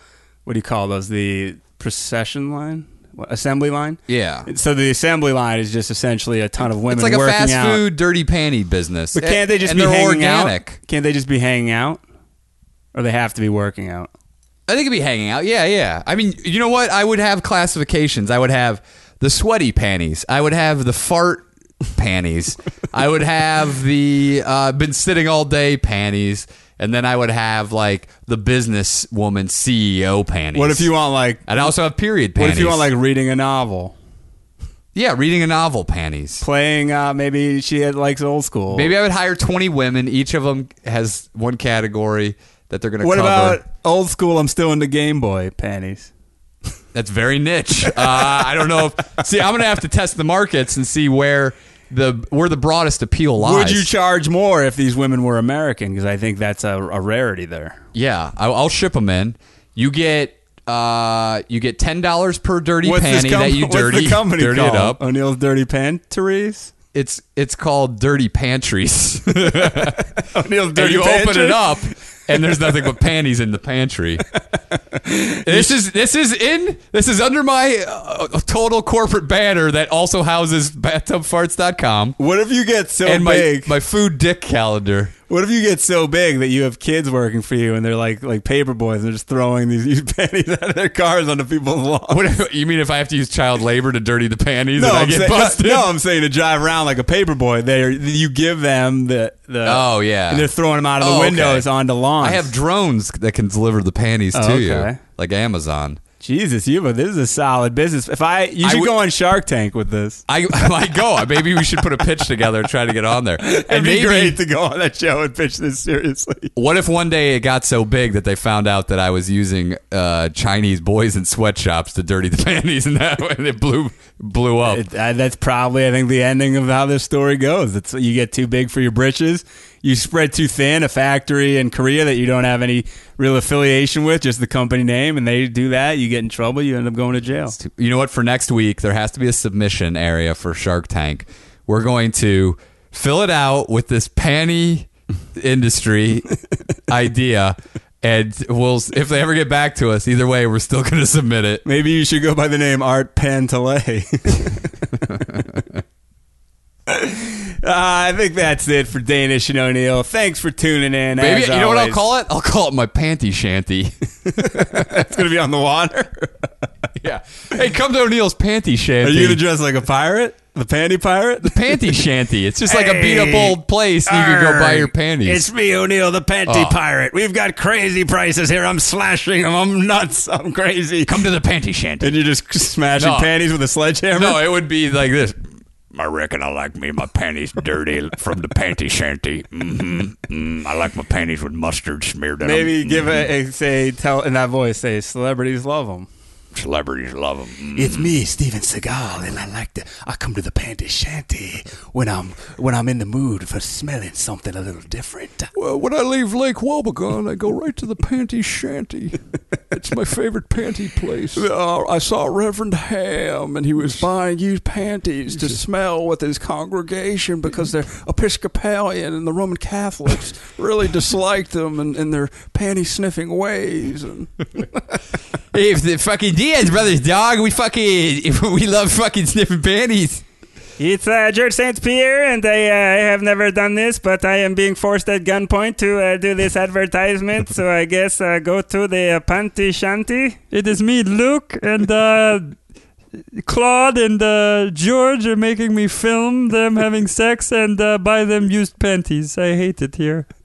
S4: what do you call those? The procession line, what, assembly line.
S3: Yeah.
S4: So the assembly line is just essentially a ton of women
S3: It's like a
S4: working
S3: fast
S4: out.
S3: food dirty panty business. Eh,
S4: But can't they just
S3: and
S4: be
S3: they're
S4: hanging
S3: organic?
S4: out? Can't they just be hanging out? Or they have to be working out.
S3: I think it'd Oh, be hanging out. Yeah, yeah. I mean, you know what? I would have classifications. I would have the sweaty panties. I would have the fart panties. I would have the uh, been sitting all day panties. And then I would have like the businesswoman CEO E panties.
S4: What if you want like?
S3: I'd also have period
S4: What
S3: panties.
S4: if you want like reading a novel,
S3: Yeah, reading a novel panties.
S4: playing? Uh, maybe she had, likes old school.
S3: Maybe I would hire 20 women. Each of them has one category that they're going to
S4: What
S3: cover.
S4: about old school? I'm still into Game Boy panties.
S3: That's very niche. Uh, I don't know if. See, I'm gonna have to test the markets and see where the where the broadest appeal lies.
S4: Would you charge more if these women were American? Because I think that's a, a rarity there.
S3: yeah, I, I'll ship them in. You get uh, you get ten dollars per dirty
S4: What's
S3: panty
S4: this com-
S3: that you dirty
S4: what's the company
S3: dirty
S4: called?
S3: it up.
S4: O'Neill's Dirty Pantries.
S3: It's it's called dirty pantries. and
S4: O'Neill's Dirty
S3: you open
S4: Pantries?
S3: it up, and there's nothing but panties in the pantry. this is this is in this is under my uh, total corporate banner that also houses bathtubfarts.com.
S4: What if you get so
S3: and my,
S4: big?
S3: my food dick calendar.
S4: what if you get so big that you have kids working for you and they're like like paper boys and they're just throwing these used panties out of their cars onto people's lawns?
S3: What if, you mean if I have to use child labor to dirty the panties
S4: no,
S3: and I
S4: I'm
S3: get
S4: saying,
S3: busted?
S4: no, I'm saying to drive around like a paper boy. There, you give them the the.
S3: Oh, yeah.
S4: and they're throwing them out of the
S3: Oh, okay.
S4: windows onto lawns.
S3: I have drones that can deliver the panties to
S4: Oh, okay.
S3: you, like Amazon.
S4: Jesus, you but this is a solid business. If I you
S3: I
S4: should
S3: would-
S4: go on Shark Tank with this.
S3: I I go. Maybe we should put a pitch together and try to get on there.
S4: It'd
S3: And
S4: be
S3: maybe
S4: great to go on that show and pitch this seriously.
S3: what if one day it got so big that they found out that I was using uh, Chinese boys in sweatshops to dirty the panties, and that and it blew blew up.
S4: It, uh, that's probably, I think, the ending of how this story goes. It's you get too big for your britches, you spread too thin. A factory in Korea that you don't have any real affiliation with, just the company name, and they do that, you get in trouble, you end up going to jail.
S3: You know what? For next week, there has to be a submission area for Shark Tank. We're going to fill it out with this panty industry idea, and we'll if they ever get back to us. Either way, we're still going to submit it.
S4: Maybe you should go by the name Art Pantalay. Uh, I think that's it for Danish and O'Neill. Thanks for tuning in.
S3: Baby,
S4: as
S3: you know what I'll
S4: always.
S3: call it? I'll call it my panty shanty.
S4: It's gonna be on the water.
S3: yeah. Hey, come to O'Neill's panty
S4: Are
S3: shanty.
S4: you gonna dress like a pirate? The panty pirate?
S3: the panty shanty. It's just like a beat up
S4: Hey,
S3: old place and you can go buy your panties.
S4: It's me, O'Neill, the panty
S3: Oh.
S4: pirate. We've got crazy prices here. I'm slashing them. I'm nuts. I'm crazy.
S3: come to the panty shanty.
S4: And you're just smashing
S3: No.
S4: panties with a sledgehammer?
S3: No, it would be like this. I reckon I like me my panties dirty from the panty shanty. hmm Mm, I like my panties with mustard smeared in 'em.
S4: Maybe give a, a say tell in that voice say celebrities love them.
S3: Celebrities love them.
S4: It's me, Steven Seagal, and I like to. I come to the panty shanty when I'm when I'm in the mood for smelling something a little different.
S5: Well, when I leave Lake Wobegon, I go right to the Panty Shanty. It's my favorite panty place. Uh, I saw Reverend Ham, and he was buying used panties to smell with his congregation because they're Episcopalian, and the Roman Catholics really disliked them and, and their panty sniffing ways. And
S3: If the fucking Diaz brothers, dog, we fucking we love fucking sniffing panties.
S4: It's uh, George St. Pierre, and I, uh, I have never done this, but I am being forced at gunpoint to uh, do this advertisement. so I guess uh, go to the uh, panty shanty. It is me, Luke, and uh, Claude and uh, George are making me film them having sex and uh, buy them used panties. I hate it here.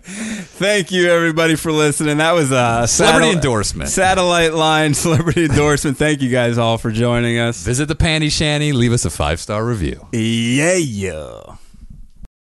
S4: Thank you, everybody, for listening. That was a
S3: Celebrity endorsement.
S4: satellite line celebrity endorsement. Thank you guys all for joining us.
S3: Visit the panty shanty. Leave us a five star review.
S4: Yeah.